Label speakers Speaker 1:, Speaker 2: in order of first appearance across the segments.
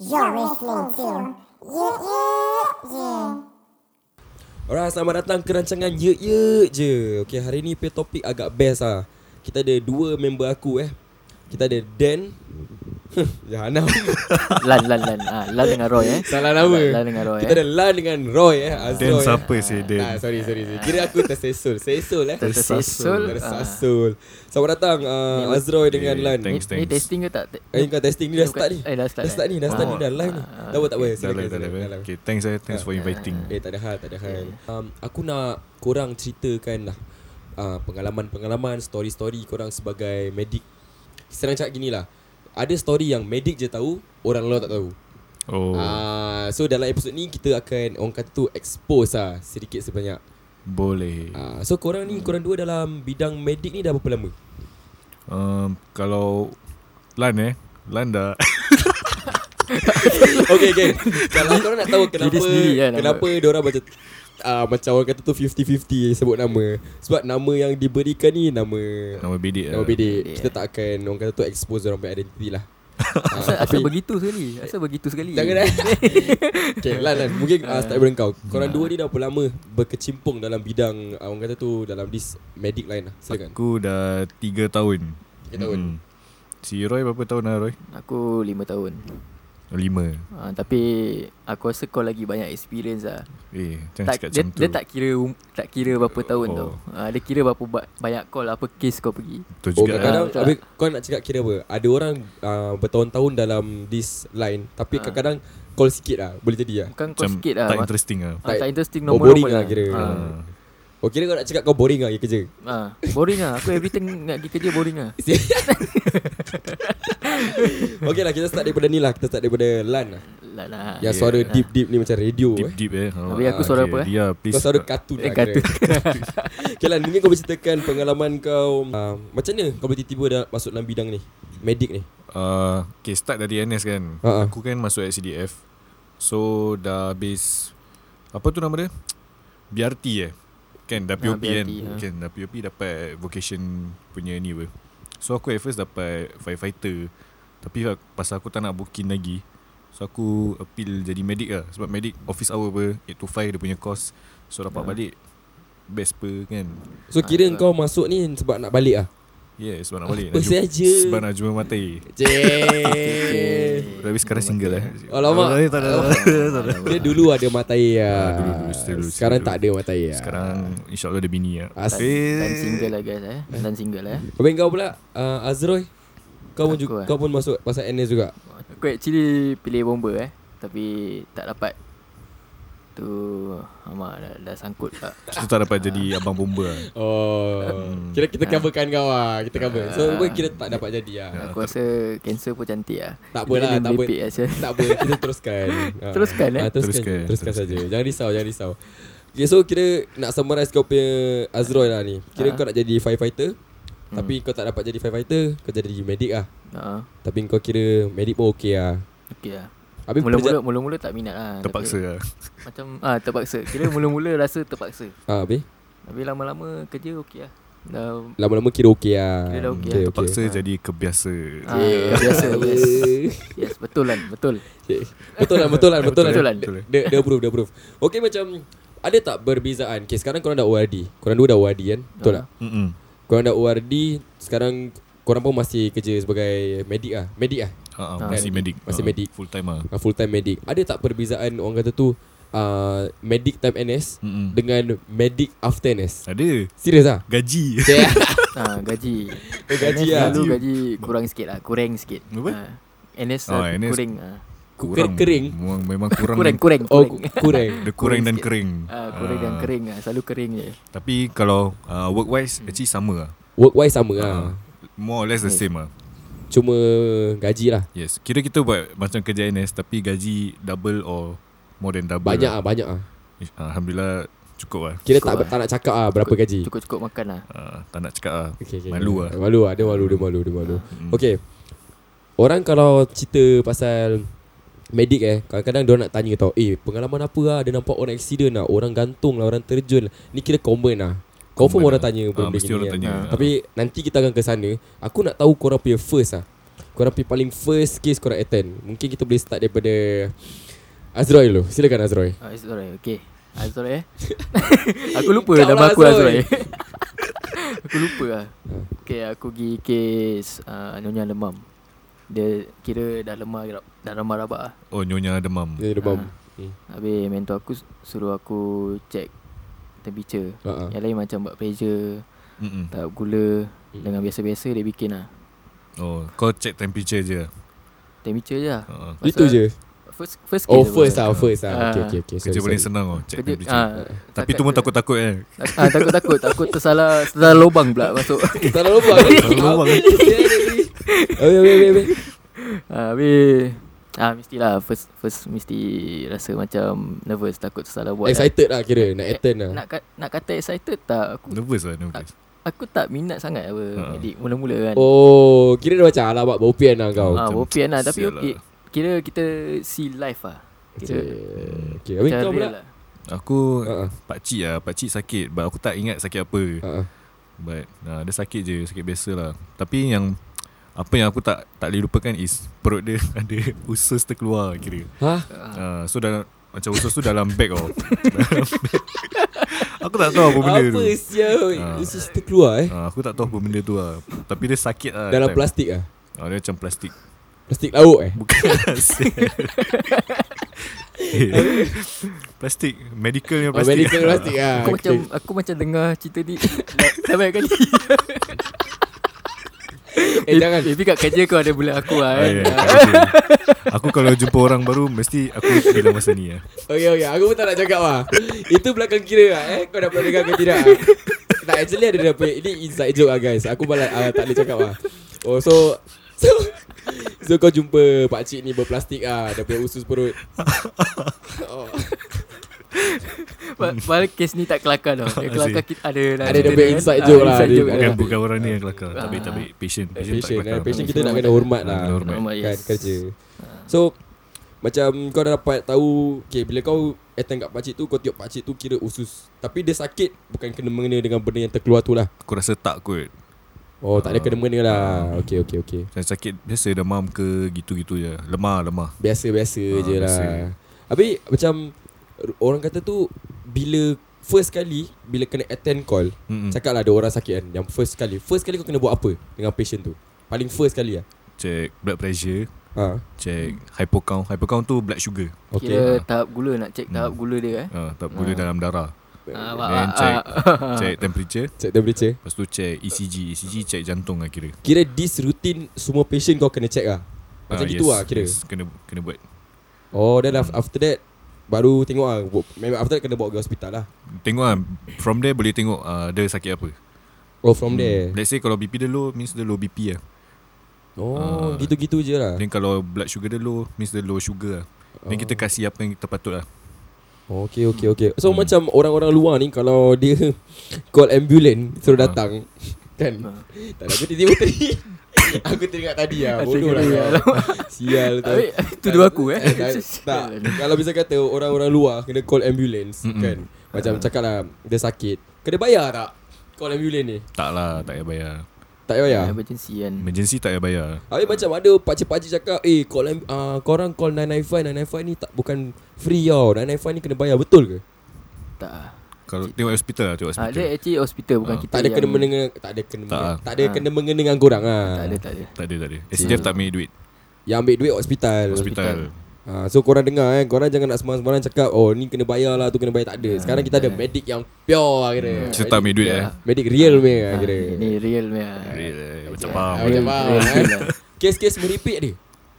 Speaker 1: You're listening to Yeah Yeah Yeah.
Speaker 2: Alright, selamat datang ke rancangan Ye Ye Je Okay, hari ni pay topik agak best lah Kita ada dua member aku eh Kita ada Dan Jahanam
Speaker 3: Lan Lan Lan ah, Lan dengan Roy eh
Speaker 2: Salah nama
Speaker 3: Lan dengan Roy
Speaker 2: Kita
Speaker 3: eh
Speaker 2: ada Lan dengan Roy eh
Speaker 4: Dan
Speaker 2: Azroy, eh.
Speaker 4: siapa sih
Speaker 2: Ah,
Speaker 4: Dan?
Speaker 2: sorry, sorry, sorry. Kira aku tersesul. Sesul eh.
Speaker 3: Tersesul.
Speaker 2: Tersasul. Selamat datang uh, Azroy dengan
Speaker 4: Eh,
Speaker 2: Lan.
Speaker 3: Ah. Ni, ni
Speaker 4: thanks, thanks.
Speaker 3: testing ke tak? Te-
Speaker 2: Eh, kau testing ni dah
Speaker 3: Bukan.
Speaker 2: start ni.
Speaker 3: Eh, Ah, dah start, eh?
Speaker 2: Dah start ni, dah start ni dah live ni. Tak apa, tak apa. Silakan,
Speaker 4: Dah live, dah live.
Speaker 2: silakan,
Speaker 4: eh?
Speaker 2: dah live.
Speaker 4: Okay, thanks eh. Thanks for inviting.
Speaker 2: Eh tak ada hal, tak ada hal. Um, aku nak korang ceritakan lah uh, pengalaman-pengalaman, story-story korang sebagai medik. Senang cakap gini lah. Ada story yang medik je tahu, orang luar tak tahu.
Speaker 4: Oh,
Speaker 2: Oh. Uh, so dalam episod ni kita akan orang kata tu expose lah sedikit sebanyak.
Speaker 4: boleh.
Speaker 2: Uh, so korang ni korang dua dalam bidang medik ni dah berapa lama?
Speaker 4: Um, kalau Lan eh, Lan dah.
Speaker 2: okay, okay. Kalau korang nak tahu kenapa
Speaker 3: Diri sendiri kan,
Speaker 2: kenapa diorang macam uh, macam orang kata tu 50-50 sebut nama. Sebab nama yang diberikan ni nama
Speaker 4: Nama lah. bidik
Speaker 2: Nama bedek Kita tak akan Orang kata tu expose orang punya identiti lah Ah,
Speaker 3: Asal, asal
Speaker 2: tapi-
Speaker 3: begitu sekali Asal begitu sekali
Speaker 2: Jangan eh Okay lah lah Mungkin uh, start daripada kau Korang dua ni dah berapa lama Berkecimpung dalam bidang uh, Orang kata tu Dalam this medic line lah Silakan
Speaker 4: Aku dah 3 tahun.
Speaker 2: Tiga tahun.
Speaker 4: Mm-mm. Si Roy berapa tahun lah Roy?
Speaker 3: Aku lima tahun
Speaker 4: 5.
Speaker 3: ah, Tapi Aku rasa kau lagi banyak experience lah
Speaker 4: Eh, jangan
Speaker 3: tak,
Speaker 4: cakap
Speaker 3: dia,
Speaker 4: macam tu.
Speaker 3: dia tak kira um- Tak kira berapa tahun
Speaker 4: Oh.
Speaker 3: tau ah, Dia kira berapa ba- banyak call Apa case kau pergi
Speaker 4: Betul
Speaker 2: Oh
Speaker 4: juga.
Speaker 2: kadang-kadang
Speaker 3: betul lah.
Speaker 2: habis, Kau nak cakap kira apa Ada orang uh, Bertahun-tahun dalam This line Tapi
Speaker 3: Ah.
Speaker 2: kadang-kadang Call sikit lah Boleh jadi lah
Speaker 3: Bukan kau
Speaker 4: Macam
Speaker 3: sikit lah
Speaker 4: tak
Speaker 3: ma-
Speaker 4: interesting lah.
Speaker 3: ah, Tak
Speaker 2: tak-
Speaker 3: interesting
Speaker 2: Oh,
Speaker 3: normal-normal
Speaker 2: boring lah kira
Speaker 3: ah.
Speaker 2: ah. Oh kira kau nak cakap Kau boring lah ya kerja
Speaker 3: ah, Boring lah Aku everything nak pergi kerja boring lah
Speaker 2: Okay lah kita start daripada ni lah Kita start daripada LAN lah
Speaker 3: Lah lah
Speaker 2: Yang suara deep-deep ni Macam radio eh
Speaker 4: Deep-deep eh. Oh,
Speaker 3: Habis aku suara apa, eh?
Speaker 4: Ya, please.
Speaker 2: Kau suara kartun
Speaker 3: Eh,
Speaker 2: lah kira.
Speaker 3: kartun.
Speaker 2: Okay lah Mungkin kau boleh ceritakan Pengalaman kau uh, Macam mana kau boleh tiba-tiba dah Masuk dalam bidang ni Medik ni
Speaker 4: Uh, okay, start dari NS kan.
Speaker 2: Ha, ha.
Speaker 4: Uh-huh. Aku kan masuk SCDF. So, dah habis... Apa tu nama dia? BRT eh. Kan,
Speaker 3: Ah,
Speaker 4: dah POP kan.
Speaker 3: BRT, ha.
Speaker 4: Kan, dah POP dapat vocation punya ni apa. So, aku at first dapat firefighter. Tapi ak- pasal aku tak nak booking lagi. So, aku appeal jadi medic lah. Sebab medic office hour apa. 8 to 5 dia punya course. So, dapat
Speaker 3: Ah.
Speaker 4: balik. Best per kan.
Speaker 2: So kira
Speaker 3: Ah,
Speaker 2: kau masuk ni Sebab nak balik lah
Speaker 4: Yeah, sebab nak balik.
Speaker 2: Apa
Speaker 4: Nak jumpa-
Speaker 2: saja.
Speaker 4: Sebab nak jumpa mata.
Speaker 2: Cik
Speaker 4: Tapi sekarang single eh
Speaker 2: Alamak.
Speaker 4: Eh, tak ada, tak ada, tak ada.
Speaker 2: Dia dulu ada matai
Speaker 4: Ah,
Speaker 2: ya.
Speaker 4: dulu, dulu, still dulu, still
Speaker 2: Sekarang
Speaker 4: dulu.
Speaker 2: tak ada matai ya.
Speaker 4: Sekarang InsyaAllah dia bini lah
Speaker 2: As-
Speaker 3: Kan? Dan single lah guys eh Dan single lah eh
Speaker 2: Abang kau pula uh, Azroy kau pun
Speaker 3: Aku
Speaker 2: juga,
Speaker 3: eh.
Speaker 2: kau pun masuk pasal NS juga.
Speaker 3: Aku actually pilih bomber eh Tapi tak dapat Tu Amak dah, dah sangkut tak
Speaker 4: Kita tak dapat jadi Abang bomba lah
Speaker 2: Oh, kira kita coverkan kau ah, kita cover. So kau kira tak dapat jadi ah.
Speaker 3: Aku rasa cancer pun cantik lah
Speaker 2: Tak apalah, tak apa.
Speaker 3: eh,
Speaker 2: Tak apa, kita teruskan. Ha.
Speaker 3: Teruskan, eh?
Speaker 2: Ha, teruskan. Teruskan,
Speaker 4: Teruskan,
Speaker 2: teruskan saja. Jangan risau, jangan risau. Okay, so kira nak summarize kau punya Azroy lah ni. Kira
Speaker 3: Ha.
Speaker 2: kau nak jadi firefighter, tapi kau tak dapat jadi firefighter, kau jadi medic ah.
Speaker 3: uh,
Speaker 2: Tapi kau kira medic pun okey ah.
Speaker 3: Okay lah
Speaker 2: Habis
Speaker 3: Mula-mula,
Speaker 2: perja-
Speaker 3: mula-mula tak minat lah Tapi
Speaker 4: Terpaksa lah
Speaker 3: Macam ah terpaksa Kira mula-mula rasa terpaksa
Speaker 2: ah, habis
Speaker 3: Tapi lama-lama kerja okey lah Dah
Speaker 2: lama-lama kira okey ah.
Speaker 3: Kira dah okey lah.
Speaker 4: Terpaksa jadi kebiasa
Speaker 3: ah, Biasa yes. yes betul lah Betul
Speaker 2: Okay. Betul lah, betul lah, betul lah.
Speaker 3: Betul lah.
Speaker 2: Dia- Dia dia approve, dia approve. Okay macam ada tak perbezaan? Okay, sekarang korang dah ORD. Korang dua dah ORD kan? Betul
Speaker 3: Ah.
Speaker 2: tak?
Speaker 4: Mm-mm.
Speaker 2: Korang dah ORD Sekarang Korang pun masih kerja sebagai Medik lah Medik lah
Speaker 4: Ah, ah, Masih
Speaker 2: Ah.
Speaker 4: medic
Speaker 2: Masih
Speaker 4: Ah,
Speaker 2: medic.
Speaker 4: Full time lah
Speaker 2: uh, Full time medik Ada tak perbezaan Orang kata tu uh, Medik time NS
Speaker 4: Mm-mm.
Speaker 2: Dengan Medik after NS
Speaker 4: Ada
Speaker 2: Serius lah
Speaker 4: Gaji
Speaker 2: Saya
Speaker 3: ah, Gaji
Speaker 2: Oh, gaji
Speaker 3: NS
Speaker 2: lah.
Speaker 3: Selalu gaji kurang sikit lah Kurang sikit
Speaker 4: Apa?
Speaker 3: Ah, NS,
Speaker 4: Oh,
Speaker 3: oh,
Speaker 4: NS.
Speaker 3: kurang ah.
Speaker 2: Kering kering
Speaker 4: Memang, memang kurang
Speaker 3: Kurang kurang
Speaker 2: Oh
Speaker 3: kurang.
Speaker 2: ku- kurang
Speaker 4: Dia kurang dan
Speaker 3: sikit.
Speaker 4: kering
Speaker 3: Ah, kurang dan
Speaker 4: Ah,
Speaker 3: kering ah. Selalu kering je.
Speaker 4: Tapi kalau ah, Work wise Actually sama lah
Speaker 2: Work wise sama lah
Speaker 4: Ah, More or less the
Speaker 3: Yes.
Speaker 4: same lah
Speaker 2: Cuma Gaji lah
Speaker 4: Yes Kira kita buat Macam kerja NS Tapi gaji double or More than double
Speaker 2: Banyak lah
Speaker 4: lah.
Speaker 2: Banyak lah
Speaker 4: Ah, Alhamdulillah Cukup lah
Speaker 2: Kira
Speaker 3: Cukup
Speaker 2: tak,
Speaker 3: lah.
Speaker 2: tak nak cakap lah Berapa gaji
Speaker 3: Cukup-cukup makan lah.
Speaker 4: Ah, Mm. Tak nak cakap lah
Speaker 2: okay, okay.
Speaker 3: ah.
Speaker 4: Malu lah
Speaker 2: Malu lah Dia malu Dia malu, dia malu.
Speaker 4: Hmm.
Speaker 2: Okay Orang kalau cerita pasal Medik eh Kadang-kadang dia nak tanya tau Eh pengalaman apa lah Dia nampak orang accident lah Orang gantung lah Orang terjun lah. Ni kira common lah Confirm
Speaker 4: Common
Speaker 2: orang
Speaker 4: lah.
Speaker 2: tanya
Speaker 4: Ah,
Speaker 2: benda
Speaker 4: mesti
Speaker 2: gini
Speaker 4: orang
Speaker 2: kan.
Speaker 4: tanya.
Speaker 2: Tapi nanti kita akan ke sana Aku nak tahu korang punya first lah Korang pergi paling first case korang attend Mungkin kita boleh start daripada Azroy dulu Silakan Azroy
Speaker 3: Ah, it's alright. Okay. Azroy eh. aku lupa
Speaker 2: Kau
Speaker 3: nama
Speaker 2: lah,
Speaker 3: aku
Speaker 2: Azroy.
Speaker 3: Azroy. aku lupa lah. Okay, aku pergi kes uh, Nyonya Lemam. Dia kira dah lemah gerak- dah lemah rabak lah.
Speaker 4: Oh nyonya demam
Speaker 2: Dia demam
Speaker 3: Habis mentor aku s- suruh aku check temperature.
Speaker 2: Ha. Ha.
Speaker 3: Yang lain macam buat pressure,
Speaker 4: Mm-mm.
Speaker 3: tahap gula
Speaker 2: Hmm.
Speaker 3: dengan biasa-biasa dia bikin lah.
Speaker 4: Oh kau check temperature je
Speaker 3: Temperature je lah.
Speaker 4: uh,
Speaker 3: Pasal
Speaker 2: Itu je
Speaker 3: First first
Speaker 2: Oh
Speaker 3: case
Speaker 2: first
Speaker 3: apa.
Speaker 2: lah First lah Okay
Speaker 3: Ah.
Speaker 2: okay, okay.
Speaker 4: Kerja
Speaker 2: Sorry,
Speaker 4: paling
Speaker 2: sorry.
Speaker 4: senang oh, Check
Speaker 3: Kerja,
Speaker 4: temperature
Speaker 3: ah,
Speaker 4: Tapi tu pun takut-takut eh
Speaker 3: Ah, takut-takut takut tersalah tersalah lubang pula masuk.
Speaker 2: Tak ada lubang
Speaker 4: lubang.
Speaker 2: Habis habis habis, habis
Speaker 3: Ah, Habis Ah mestilah first first mesti rasa macam nervous takut salah buat. Lah.
Speaker 2: Excited lah kira Nak attend lah
Speaker 3: Nak ka- nak kata excited tak aku
Speaker 4: Nervous lah nervous
Speaker 3: aku tak minat sangat apa
Speaker 4: Ha.
Speaker 3: uh-huh. medik mula-mula kan.
Speaker 2: Ah. Oh Kira dia macam Alamak bau pian lah kau
Speaker 3: ah
Speaker 4: macam
Speaker 3: bopian lah tapi
Speaker 4: sial lah.
Speaker 3: okey. Kira kita see live lah. Kira
Speaker 2: Okay Habis
Speaker 3: cara
Speaker 2: kau pula
Speaker 3: real lah.
Speaker 4: Aku
Speaker 2: Ha, ha.
Speaker 4: uh-uh. Pakcik lah Pakcik sakit But aku tak ingat sakit apa
Speaker 2: Ha, ha.
Speaker 4: But uh, Dia sakit je Sakit biasa lah Tapi yang Apa yang aku tak Tak boleh lupakan is Perut dia ada Usus terkeluar kira
Speaker 2: Ha?
Speaker 4: uh, So dalam Macam usus tu dalam beg oh. Dalam beg. Aku tak tahu apa Oh, benda
Speaker 2: Apa
Speaker 4: tu
Speaker 2: sial
Speaker 4: Ah.
Speaker 2: This is terkeluar eh
Speaker 4: uh, Aku tak tahu apa benda tu lah Tapi dia sakit lah
Speaker 2: Dalam plastik ah.
Speaker 4: uh, Dia macam plastik
Speaker 2: Plastik laut eh
Speaker 4: Bukan Eh, Plastik Medical yang
Speaker 2: Oh,
Speaker 4: plastik
Speaker 2: medical plastik ah.
Speaker 3: Aku
Speaker 2: Okay.
Speaker 3: macam aku macam dengar cerita ni dah banyak kali.
Speaker 2: Eh jangan Oh,
Speaker 3: Tapi kat kerja kau ada bulan aku lah
Speaker 4: Ah,
Speaker 3: kan.
Speaker 4: ya, tak betul. Aku kalau jumpa orang baru Mesti aku bilang masa ni lah
Speaker 2: Okay okay Aku pun tak nak cakap lah Itu belakang kira lah eh Kau dah pernah dengar ke tidak ah? Tak actually ada dah punya Ini inside joke lah guys Aku malah ah, tak boleh cakap lah Oh so So So kau jumpa pakcik ni berplastik ah Dia punya usus perut oh,
Speaker 4: Hmm.
Speaker 3: Pa- Padahal kes ni tak kelakar tau Dia kelakar kita ada lah.
Speaker 2: Ada dia
Speaker 3: ada-
Speaker 2: punya inside joke
Speaker 3: ah,
Speaker 2: lah.
Speaker 3: inside
Speaker 2: Dia-
Speaker 3: joke
Speaker 2: ada-
Speaker 4: Bukan,
Speaker 2: ada-
Speaker 4: bukan orang ni yang kelakar Tak baik tak baik Patient Patient,
Speaker 2: Patient
Speaker 4: tak
Speaker 2: eh
Speaker 4: kelakar
Speaker 2: Patient
Speaker 3: Patient
Speaker 2: kita nak kena hormat
Speaker 3: hormat.
Speaker 2: lah
Speaker 4: Ah, kena hormat.
Speaker 3: Hormat,
Speaker 2: Kan
Speaker 3: yes. Ah.
Speaker 2: kerja So Macam kau dah dapat tahu Okay bila kau Attend kat pakcik tu Kau tengok pakcik tu kira usus Tapi dia sakit Bukan kena-mengena dengan benda yang terkeluar tu lah
Speaker 4: Aku rasa tak kot
Speaker 2: Oh tak ada kena-mengena lah
Speaker 4: Ah.
Speaker 2: Okay okay okay
Speaker 4: Macam sakit biasa demam ke Gitu-gitu je Lemah lemah
Speaker 2: Biasa-biasa ha,
Speaker 4: Ah,
Speaker 2: je
Speaker 4: biasa.
Speaker 2: lah Habis macam r- Orang kata tu Bila First kali Bila kena attend call hmm.
Speaker 4: Mm-mm.
Speaker 2: Cakap lah ada orang sakit kan Yang first kali First kali kau kena buat apa Dengan patient tu Paling first kali lah
Speaker 4: Check blood pressure
Speaker 2: ha.
Speaker 4: Check hypocount Hypocount tu blood sugar
Speaker 2: Okay Hmm.
Speaker 3: Kira tahap gula nak cek tahap gula dia eh
Speaker 4: uh, Tak boleh
Speaker 3: Ah.
Speaker 4: dalam darah
Speaker 3: Ah, wah,
Speaker 4: Then
Speaker 3: wah,
Speaker 4: check
Speaker 3: ah.
Speaker 4: Check temperature
Speaker 2: Check temperature
Speaker 4: Lepas tu check E ECG ECG check jantung lah kira
Speaker 2: Kira this routine Semua patient kau kena check lah Macam
Speaker 4: Ah,
Speaker 2: gitu
Speaker 4: yes,
Speaker 2: lah kira
Speaker 4: yes, Kena kena buat
Speaker 2: Oh then af- after that Baru tengok lah Bo- Memang after that kena bawa ke hospital lah
Speaker 4: Tengok lah From there boleh tengok uh, Dia sakit apa
Speaker 2: Oh from
Speaker 4: Hmm.
Speaker 2: there
Speaker 4: Let's say kalau BP dia low Means dia low BP lah
Speaker 2: Oh
Speaker 4: Ah.
Speaker 2: gitu-gitu je lah
Speaker 4: Then kalau blood sugar dia low Means dia low sugar lah Then
Speaker 2: Oh.
Speaker 4: kita kasih apa yang kita patut lah
Speaker 2: Okay okay okay So hmm. macam orang-orang luar ni Kalau dia Call ambulance Suruh
Speaker 4: Ah.
Speaker 2: datang Kan Tak ada aku tiba-tiba tadi Aku teringat tadi lah
Speaker 3: Ah,
Speaker 2: Bodoh lah
Speaker 3: teringat.
Speaker 2: kau. Sial tu
Speaker 3: Habis tuduh aku eh
Speaker 2: tak, kan? tak Kalau bisa kata Orang-orang luar Kena call ambulance
Speaker 4: Mm-mm.
Speaker 2: Kan Macam cakap lah Dia sakit Kena bayar tak Call ambulance ni
Speaker 4: Tak lah tak payah bayar
Speaker 2: Tak payah bayar
Speaker 3: Emergency kan
Speaker 4: Emergency tak payah bayar
Speaker 2: Habis macam ada pakcik-pakcik cakap Eh call, am- ah, korang call 995 995 ni tak bukan free tau 995 ni kena bayar Betul ke?
Speaker 3: Tak ah.
Speaker 4: Kalau tengok hospital lah Tengok
Speaker 3: Ah,
Speaker 4: hospital
Speaker 3: Dia actually hospital bukan
Speaker 4: Ah.
Speaker 3: kita
Speaker 2: Tak ada
Speaker 3: yang-
Speaker 2: kena mengenai tak ada kena
Speaker 4: Tak
Speaker 2: tak,
Speaker 4: ah.
Speaker 2: tak ada
Speaker 3: Ah.
Speaker 2: kena mengena dengan korang ah.
Speaker 3: Tak ada tak ada
Speaker 4: Tak ada tak ada SDF tak ambil duit
Speaker 2: Yang ambil duit hospital.
Speaker 4: Hospital
Speaker 2: Ha, so korang dengar eh Korang jangan nak sembarang-sembarang cakap Oh ni kena bayar lah Tu kena bayar tak ada Sekarang kita ada medik yang pure lah kira
Speaker 4: Kita Hmm. tak ambil duit eh
Speaker 2: Medik real punya lah kira
Speaker 3: Ah, Ni real punya
Speaker 4: Real lah, Macam
Speaker 3: Ah,
Speaker 4: faham
Speaker 2: Macam
Speaker 3: real-
Speaker 2: faham,
Speaker 3: real
Speaker 2: eh.
Speaker 3: feel lah.
Speaker 2: Kes-kes meripik dia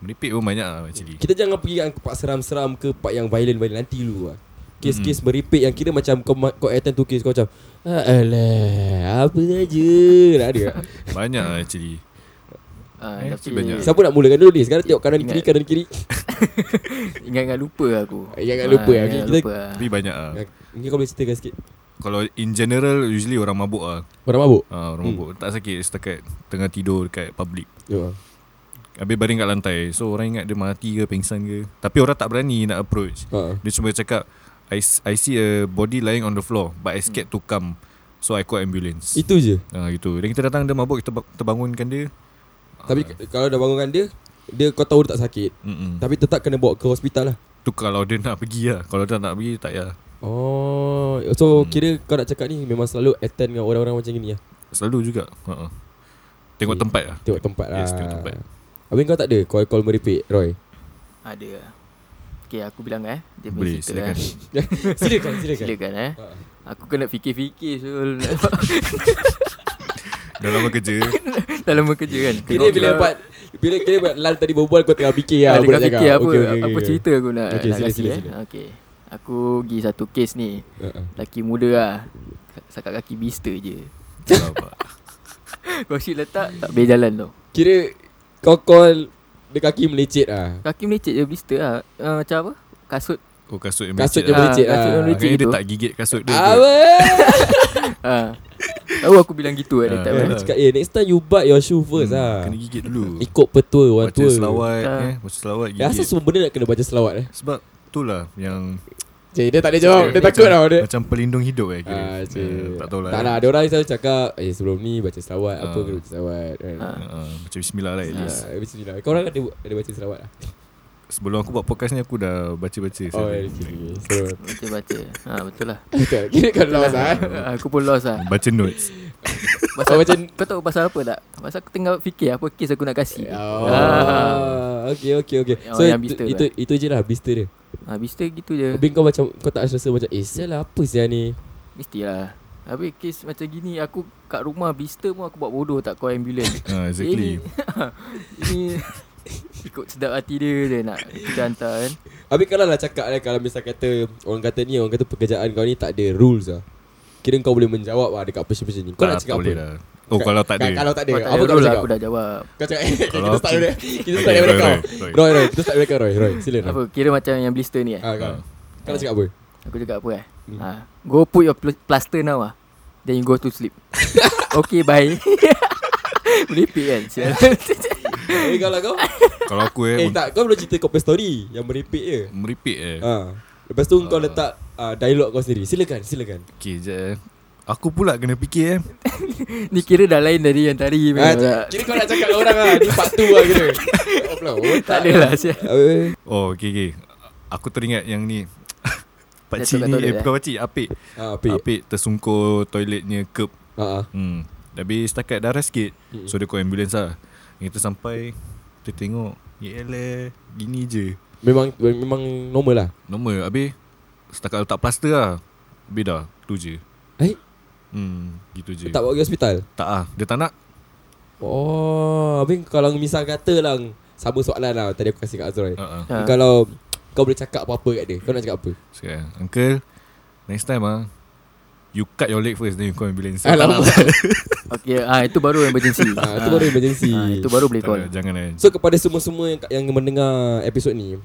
Speaker 4: Meripik pun banyak lah actually
Speaker 2: Kita jangan pergi yang part seram-seram ke Part yang violent-violent Nanti dulu lah Kes-kes
Speaker 4: Hmm.
Speaker 2: meripik yang kira macam Kau, ma- kau attend tu kes Kau macam ah, Alah Apa saja Nak ada tak?
Speaker 4: Banyak lah actually
Speaker 3: Ah,
Speaker 4: Eh,
Speaker 3: Tapi
Speaker 4: banyak.
Speaker 2: Siapa nak mulakan dulu ni Sekarang tengok kanan kiri
Speaker 3: Ingat.
Speaker 2: Kanan kiri
Speaker 3: Ingat-ingat lupa aku
Speaker 2: Ingat-ingat lupa,
Speaker 3: Ah,
Speaker 2: okay,
Speaker 3: ingat-ingat
Speaker 2: kita-
Speaker 3: lupa, ah.
Speaker 4: Tapi banyak lah
Speaker 2: Ah, Mungkin kau boleh ceritakan sikit
Speaker 4: Kalau in general Usually orang mabuk lah
Speaker 2: Orang mabuk?
Speaker 4: Ah, Orang mabuk Tak sakit setakat Tengah tidur dekat public
Speaker 2: Ya.
Speaker 4: Habis baring kat lantai So orang ingat dia mati ke Pengsan ke Tapi orang tak berani nak approach
Speaker 2: Ha.
Speaker 4: Dia cuma cakap I, s- I see a body lying on the floor But I scared to come So I call ambulance
Speaker 2: Itu je.
Speaker 4: Ah, gitu. Dan kita datang dia mabuk Kita ba- terbangunkan dia
Speaker 2: Tapi k- kalau dah bangunkan dia Dia kau tahu dia tak sakit
Speaker 4: Mm-mm.
Speaker 2: Tapi tetap kena bawa ke hospital lah
Speaker 4: Tu kalau dia nak pergi lah Kalau dia nak pergi tak payah
Speaker 2: Oh So hmm. kira kau nak cakap ni Memang selalu attend dengan orang-orang macam ni lah
Speaker 4: Selalu juga uh-uh. Tengok
Speaker 2: Okay.
Speaker 4: tempat lah
Speaker 2: Tengok tempat lah
Speaker 4: Yes tengok tempat
Speaker 2: Habis kau tak ada Call-call meripik Roy
Speaker 3: Ada lah. Okay aku bilang eh Dia punya
Speaker 4: Boleh
Speaker 3: cerita
Speaker 4: silakan
Speaker 3: eh.
Speaker 2: Silakan Silakan
Speaker 3: Silakan eh Aku kena fikir-fikir Syul
Speaker 4: Dah lama kerja
Speaker 3: Dah lama kerja kan
Speaker 2: Kira bila
Speaker 4: eh.
Speaker 2: dapat Bila kira buat Lan tadi berbual Kau tengah fikir lah
Speaker 3: Ya, aku
Speaker 2: Aku
Speaker 3: nak
Speaker 2: nak cakap
Speaker 3: fikir apa,
Speaker 2: Okey,
Speaker 3: okay,
Speaker 2: okey,
Speaker 3: apa
Speaker 2: okey.
Speaker 3: cerita aku nak,
Speaker 2: Okey,
Speaker 3: nak
Speaker 2: sila,
Speaker 3: kasi
Speaker 2: sila,
Speaker 3: eh.
Speaker 2: sila.
Speaker 3: Okay. Aku pergi satu kes ni.
Speaker 2: Ha, ha.
Speaker 3: Laki muda lah. Sakat kaki bista je.
Speaker 4: Rabak.
Speaker 3: Kau letak tak boleh jalan tau.
Speaker 2: Kira Kau call Dia kaki melecet lah
Speaker 3: Kaki melecet je blister lah uh, Macam apa? Kasut
Speaker 4: Oh kasut yang
Speaker 2: Kasut
Speaker 4: melecet
Speaker 2: dia melecet lah
Speaker 3: Ah, kasut dia
Speaker 4: lah.
Speaker 3: melecet.
Speaker 4: Maknanya dia
Speaker 3: tu.
Speaker 4: tak gigit kasut dia kot.
Speaker 2: Apa
Speaker 3: uh. Tahu aku bilang gitu lah Dia
Speaker 4: Ah,
Speaker 3: tak
Speaker 4: eh,
Speaker 2: Dia
Speaker 3: boleh
Speaker 4: tak.
Speaker 2: cakap Eh next time you buy your shoe first
Speaker 4: Hmm,
Speaker 2: lah
Speaker 4: Kena gigit dulu
Speaker 2: Ikut petua Orang
Speaker 4: Baca
Speaker 2: tua
Speaker 4: selawat
Speaker 3: Tak.
Speaker 4: eh Baca selawat
Speaker 2: Dia rasa
Speaker 4: gigit
Speaker 2: semua benda nak kena baca selawat eh
Speaker 4: Sebab itulah yang
Speaker 2: Cik dia tak boleh jawab Dia takut
Speaker 4: macam,
Speaker 2: tau dia
Speaker 4: Macam pelindung hidup eh kira.
Speaker 2: Ah, cik.
Speaker 4: Eh, Tak tahulah
Speaker 2: Tak lah Ada orang selalu cakap Eh sebelum ni baca selawat Apa
Speaker 4: Ah.
Speaker 2: kena baca selawat kan
Speaker 3: Ah.
Speaker 4: Ah, Macam bismillah lah at least
Speaker 2: Ah, Bismillah Kau orang ada, ada baca selawat lah
Speaker 4: Sebelum aku buat podcast ni Aku dah baca-baca
Speaker 2: Oh
Speaker 4: saya.
Speaker 2: okay, okay. So
Speaker 3: Baca-baca ha, Betul lah
Speaker 2: Betul Kira kau lost lah eh.
Speaker 3: Aku pun lost lah
Speaker 4: Baca notes
Speaker 2: Oh,
Speaker 3: pasal,
Speaker 2: macam-
Speaker 3: Kau tahu pasal apa tak? Pasal aku tengah fikir Apa kes aku nak kasi
Speaker 2: Oh.
Speaker 3: Ah.
Speaker 2: Okay okay okay
Speaker 3: Yang
Speaker 2: So
Speaker 3: orang yang
Speaker 2: itu,
Speaker 3: bista tu, eh.
Speaker 2: itu, itu je lah Bista dia
Speaker 3: ha, Bista gitu je
Speaker 2: Tapi kau macam Kau tak rasa macam Eh sial lah apa sial ni
Speaker 3: Mestilah Habis kes macam gini Aku kat rumah Bista pun aku buat bodoh Tak call ambulans
Speaker 2: Eh,
Speaker 4: Ah, Exactly
Speaker 3: Ini Ikut sedap hati dia Dia nak Kita hantar kan
Speaker 2: Habis kalau lah cakap lah Kalau misal kata Orang kata ni Orang kata pekerjaan kau ni Tak ada rules lah Kira kau boleh menjawab lah Dekat person-person ni Kau nak
Speaker 4: Tak,
Speaker 2: cakap
Speaker 4: tak
Speaker 2: apa
Speaker 4: boleh lah. Oh kalau tak ada
Speaker 2: Kalau tak ada
Speaker 3: Kau tak
Speaker 2: Apa kau
Speaker 3: ada rule
Speaker 2: nak
Speaker 3: lah,
Speaker 2: cakap
Speaker 3: Aku dah jawab
Speaker 2: Kau cakap eh,
Speaker 4: Kalau
Speaker 2: Kita start
Speaker 4: aku-
Speaker 2: daripada Kita
Speaker 4: Okay,
Speaker 2: start daripada
Speaker 4: Roy,
Speaker 2: kau
Speaker 4: Roy, Roy.
Speaker 2: Roy Roy Kita start daripada kau Roy Roy Sila Roy
Speaker 3: Apa kira macam yang blister ni eh
Speaker 2: Ah, kau.
Speaker 4: Ah.
Speaker 2: Kau nak cakap apa
Speaker 3: Aku cakap apa eh
Speaker 2: Hmm.
Speaker 3: ha. Go put your pl- plaster now ah Then you go to sleep Okay bye Meripik kan sial.
Speaker 2: Eh
Speaker 4: lah,
Speaker 2: kalau kau
Speaker 4: Kalau aku eh,
Speaker 2: Eh
Speaker 4: un-
Speaker 2: tak Kau belum cerita kau punya story Yang merepek je
Speaker 4: Meripik eh
Speaker 2: Ha. Lepas tu kau letak ah, dialog kau sendiri Silakan silakan
Speaker 4: Okay sekejap eh Aku pula kena fikir eh
Speaker 3: Ni kira dah lain dari yang tadi
Speaker 2: Ah,
Speaker 3: punya. tak,
Speaker 2: Kira kau nak cakap orang lah Ni part 2 lah kira Oh pula oh,
Speaker 3: tak adalah sial.
Speaker 2: Habis-
Speaker 4: Oh okay okay Aku teringat yang ni
Speaker 3: Jatuh
Speaker 4: Pakcik
Speaker 3: kat
Speaker 4: ni
Speaker 3: toilet
Speaker 4: Eh
Speaker 3: eh?
Speaker 4: bukan pakcik Apik
Speaker 2: Ah, Apik
Speaker 4: Apik tersungkur toiletnya kerb
Speaker 2: Ah, ah.
Speaker 4: Hmm. Tapi setakat darah sikit hmm. So dia call ambulance lah Yang Kita sampai Kita tengok Yelah Gini je
Speaker 2: Memang memang normal lah
Speaker 4: Normal Habis Setakat letak plaster lah Habis dah Tu je
Speaker 2: Eh
Speaker 4: Hmm Gitu je
Speaker 2: tak bawa pergi hospital
Speaker 4: tak ah Dia tak nak
Speaker 2: Oh Habis kalau misal kata lah Sama soalan lah Tadi aku kasih kat Azroy
Speaker 4: uh-uh.
Speaker 3: Ha.
Speaker 2: Kalau Kau boleh cakap apa-apa kat dia Kau nak cakap apa
Speaker 4: Sekarang Uncle Next time ah You cut your leg first Then you call ambulance
Speaker 3: lah.
Speaker 2: Alamak
Speaker 3: Okay ah, Itu baru emergency
Speaker 2: Ah, Itu baru emergency
Speaker 3: ah, Itu baru boleh
Speaker 4: Tak
Speaker 3: call
Speaker 4: nak, Jangan eh
Speaker 2: So kepada semua-semua yang, yang mendengar episod ni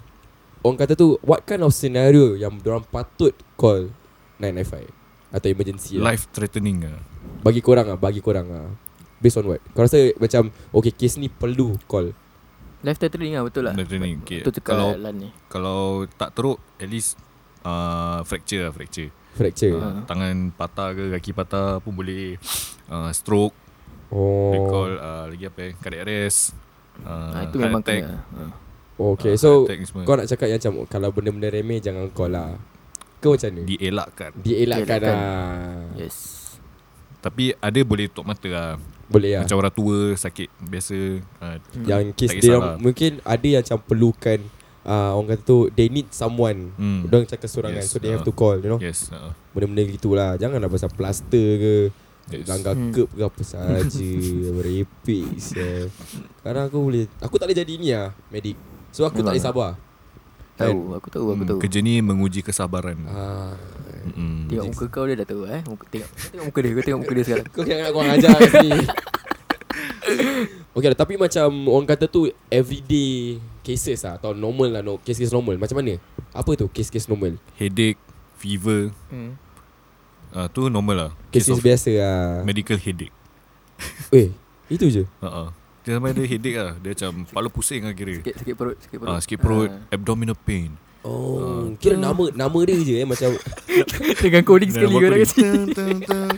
Speaker 2: Orang kata tu What kind of scenario Yang diorang patut call 995 Atau emergency lah.
Speaker 4: Life threatening ah.
Speaker 2: Bagi korang lah Bagi korang lah Based on what Kau rasa macam Okay case ni perlu call
Speaker 3: Life threatening lah betul lah
Speaker 4: Life threatening okay.
Speaker 3: Betul cakap lah.
Speaker 4: Kalau
Speaker 3: Lan ni
Speaker 4: Kalau tak teruk At least uh, Fracture lah fracture
Speaker 2: Fracture
Speaker 4: uh, Tangan patah ke Kaki patah pun boleh uh, Stroke
Speaker 2: Oh
Speaker 4: Boleh call uh, Lagi apa eh Cardiac arrest uh,
Speaker 3: ah, Itu
Speaker 4: heart
Speaker 3: memang
Speaker 4: attack.
Speaker 3: kena ah.
Speaker 2: Okay
Speaker 4: Ah,
Speaker 2: so
Speaker 4: attack ni semua.
Speaker 2: Kau nak cakap yang macam oh, Kalau benda-benda remeh Jangan call lah Kau macam ni
Speaker 4: Dielakkan
Speaker 2: Dielakkan
Speaker 3: Dielakkan.
Speaker 2: lah
Speaker 3: Yes
Speaker 4: Tapi ada boleh tutup mata lah
Speaker 2: Boleh lah
Speaker 4: Macam orang tua Sakit Biasa uh,
Speaker 2: Yang case
Speaker 4: Tak lah.
Speaker 2: dia
Speaker 4: kisahlah.
Speaker 2: orang, Mungkin ada yang macam perlukan uh, Orang kata tu They need someone
Speaker 4: Hmm.
Speaker 2: Dia orang cakap serangan
Speaker 4: Yes,
Speaker 2: So they
Speaker 4: ah.
Speaker 2: have to call You know
Speaker 4: Yes uh,
Speaker 2: Benda-benda gitulah Janganlah pasal plaster ke
Speaker 4: Yes.
Speaker 2: Langgar
Speaker 3: Hmm.
Speaker 2: curb ke apa saja Merepek sial Sekarang aku boleh Aku tak boleh jadi ni lah Medik So aku tak
Speaker 3: Memang.
Speaker 2: boleh sabar
Speaker 3: Tahu aku tahu aku
Speaker 4: hmm,
Speaker 3: tahu
Speaker 4: Kerja ni menguji kesabaran Hmm,
Speaker 2: ah.
Speaker 4: Mm-mm.
Speaker 3: Tengok muka kau dia dah tahu eh muka, tengok, tengok muka dia Kau tengok muka dia sekarang
Speaker 2: Kau kena nak korang ajar kat sini Okay lah, tapi macam orang kata tu everyday cases lah atau normal lah, no, case-case normal. Macam mana? Apa tu case-case normal?
Speaker 4: Headache Fever
Speaker 3: hmm.
Speaker 4: uh, Tu normal lah Case
Speaker 2: Case-case
Speaker 4: of
Speaker 2: biasa lah.
Speaker 4: medical headache
Speaker 2: Eh, itu je.
Speaker 4: uh-uh. Dia sampai ada headache lah Dia macam Kepala pusing lah kira
Speaker 3: Sikit, sikit perut Sikit perut
Speaker 4: Ah, Sikit perut Abdominal pain
Speaker 2: Oh, kira nama nama dia je eh macam
Speaker 3: Dengan coding sekali kau nak kasi
Speaker 4: Eh,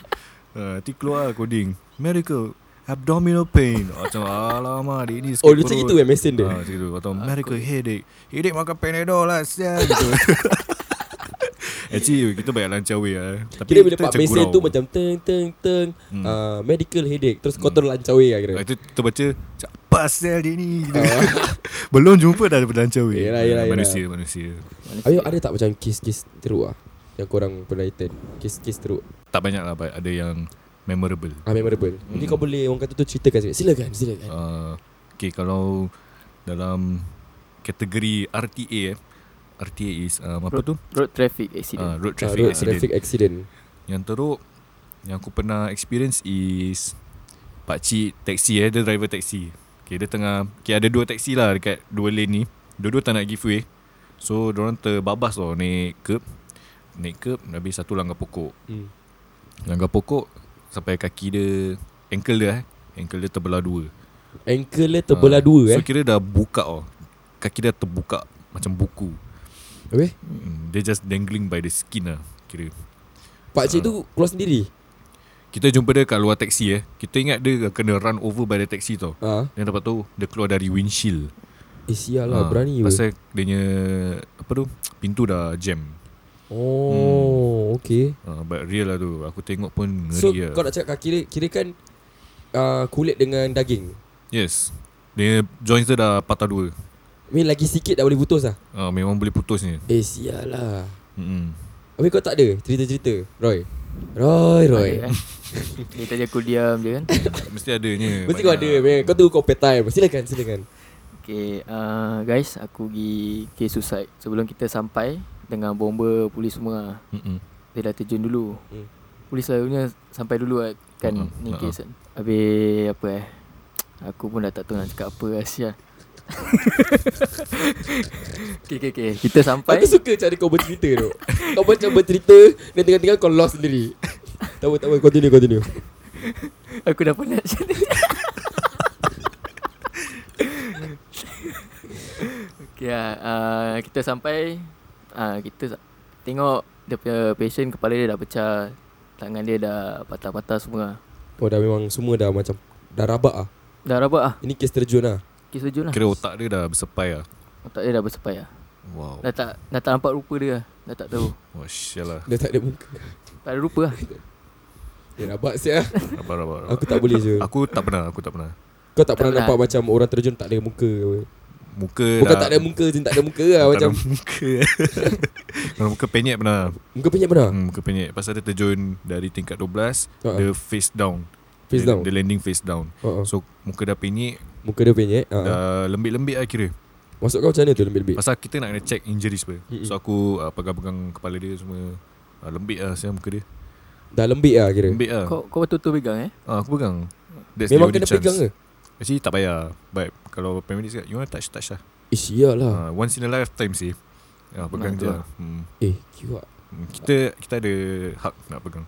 Speaker 4: Nanti keluar lah coding Medical Abdominal pain Macam Alamak dia ni sakit
Speaker 2: Oh dia macam
Speaker 4: perut.
Speaker 2: itu eh mesin dia
Speaker 4: Ah, macam tu Atau medical headache Headache makan Panadol lah Sial gitu Actually kita banyak lancar way lah Tapi
Speaker 2: Kira bila pak
Speaker 4: macam
Speaker 2: mesin
Speaker 4: gurau.
Speaker 2: tu macam teng teng teng
Speaker 4: Hmm.
Speaker 2: ah, Medical headache Terus kau terus lancar weh lah kira
Speaker 4: Ah, Itu terbaca Macam apa sial dia ni gitu. Belum jumpa dah daripada lancar way
Speaker 2: Ah. Yelah, yelah,
Speaker 4: Ah,
Speaker 2: yelah.
Speaker 4: Manusia manusia
Speaker 2: Ayuh ada tak macam kes-kes teruk lah Yang korang pernah attend Kes-kes teruk
Speaker 4: Tak banyak lah but Ada yang memorable
Speaker 2: Ah memorable hmm. Mungkin kau boleh Orang kata tu ceritakan sikit Silakan silakan
Speaker 4: uh, Okay kalau Dalam Kategori RTA eh. RTA is um, Apa tu
Speaker 3: Road traffic
Speaker 4: uh,
Speaker 3: accident.
Speaker 2: Ah,
Speaker 4: Road traffic
Speaker 2: road
Speaker 4: accident
Speaker 2: Traffic accident
Speaker 4: Yang teruk Yang aku pernah experience is Pakcik taxi eh Dia driver taxi Okay dia tengah Okay ada dua taxi lah Dekat dua lane ni Dua-dua tak nak give way So diorang terbabas tau Naik curb Naik curb Habis satu langgar pokok
Speaker 2: hmm.
Speaker 4: Langgar pokok Sampai kaki dia Ankle dia eh Ankle dia terbelah dua
Speaker 2: Ankle dia terbelah dua
Speaker 4: so,
Speaker 2: eh
Speaker 4: Ah. So kira dah buka tau Kaki dia terbuka Macam buku
Speaker 2: Habis
Speaker 4: Hmm, Dia just dangling by the skin lah Kira Ah.
Speaker 2: Pakcik tu keluar sendiri
Speaker 4: Kita jumpa dia kat luar taxi eh Kita ingat dia kena run over by the taxi tau
Speaker 2: ah.
Speaker 4: Dia dapat tahu Dia keluar dari windshield
Speaker 2: Eh sial lah
Speaker 4: Ah,
Speaker 2: berani weh
Speaker 4: Pasal dia punya Apa tu Pintu dah jam
Speaker 2: Oh okay
Speaker 4: uh, But real lah tu Aku tengok pun ngeri
Speaker 2: So
Speaker 4: lah
Speaker 2: kau nak cakap kira, kira kan uh, Kulit dengan daging
Speaker 4: Yes Dia joints dia dah patah dua
Speaker 2: I mean lagi sikit dah boleh putus lah
Speaker 4: uh, Memang boleh putus ni
Speaker 2: Eh sial lah
Speaker 4: Mm-mm.
Speaker 2: Habis kau tak ada cerita-cerita Roy Roy Roy
Speaker 3: Ada, kan? Dia tanya aku diam je kan.
Speaker 4: Mesti adanya lah.
Speaker 2: Mesti kau ada man. Kau tu kau pay time Silakan silakan
Speaker 3: Okay, uh, guys, aku pergi case suicide. Sebelum kita sampai dengan bomba polis semua,
Speaker 4: Mm-mm.
Speaker 3: dia dah terjun dulu.
Speaker 2: Hmm.
Speaker 3: Polis selalunya sampai dulu lah, kan
Speaker 4: Mm-mm,
Speaker 3: ni
Speaker 4: mm-mm.
Speaker 3: case kan. Habis apa eh? Aku pun dah tak tahu nak cakap apa lah Sia. okay, okay, okay. Kita sampai.
Speaker 2: Aku suka cara kau bercerita tu Kau macam bercerita Dan tengah-tengah kau lost sendiri Tak apa tak apa Continue continue
Speaker 3: Aku dah penat macam ni Okay lah uh, Kita sampai uh, Kita sa- tengok Dia punya patient Kepala dia dah pecah Tangan dia dah patah-patah semua
Speaker 2: Oh dah memang semua dah macam Dah rabak ah.
Speaker 3: Dah rabak lah
Speaker 2: Ini kes terjun lah
Speaker 3: Kes sejuk lah
Speaker 4: Kira otak dia dah bersepai lah
Speaker 3: Otak dia dah bersepai lah
Speaker 4: Wow
Speaker 3: Dah tak, dah tak nampak rupa dia lah Dah tak tahu
Speaker 4: Wah sial lah
Speaker 2: Dah tak ada muka
Speaker 3: Tak ada rupa lah
Speaker 2: Dia rabak siap
Speaker 4: Rabak rabak rabak.
Speaker 2: Aku tak boleh je
Speaker 4: Aku tak pernah Aku tak pernah
Speaker 2: Kau tak
Speaker 3: Tak
Speaker 2: pernah
Speaker 3: pernah.
Speaker 2: nampak macam Orang terjun tak ada muka ke apa?
Speaker 4: Muka
Speaker 2: Bukan
Speaker 4: dah,
Speaker 2: tak ada muka je Tak ada muka lah
Speaker 4: tak ada
Speaker 2: macam
Speaker 4: muka Kalau muka penyek pernah
Speaker 2: Muka penyek pernah
Speaker 4: hmm, Muka penyek Pasal dia terjun Dari tingkat 12
Speaker 2: Ha,
Speaker 4: Dia face down
Speaker 2: Face
Speaker 4: dia,
Speaker 2: down
Speaker 4: Dia landing face down
Speaker 2: Ha, ha.
Speaker 4: So muka dah penyek
Speaker 2: Muka dia penyek ha, ha.
Speaker 4: Dah lembik-lembik lah kira
Speaker 2: Masuk kau macam mana tu lebih-lebih
Speaker 4: Pasal kita nak kena check injuries apa
Speaker 2: Mm-mm.
Speaker 4: So aku uh, pegang-pegang kepala dia semua uh, Lembik lah saya muka dia
Speaker 2: Dah lembik lah kira
Speaker 4: Lembik lah
Speaker 3: Kau, kau betul-betul pegang eh
Speaker 4: Ah, Aku pegang That's
Speaker 2: Memang
Speaker 4: the only
Speaker 2: kena pegang ke
Speaker 4: Actually tak payah But kalau paramedic cakap You want touch touch lah
Speaker 2: Eh sial lah
Speaker 4: uh, Once in a lifetime sih Ya, pegang
Speaker 3: Nah,
Speaker 4: je
Speaker 3: tu
Speaker 4: lah. hmm.
Speaker 2: Eh kiwak
Speaker 4: Hmm, Kita kita ada hak nak pegang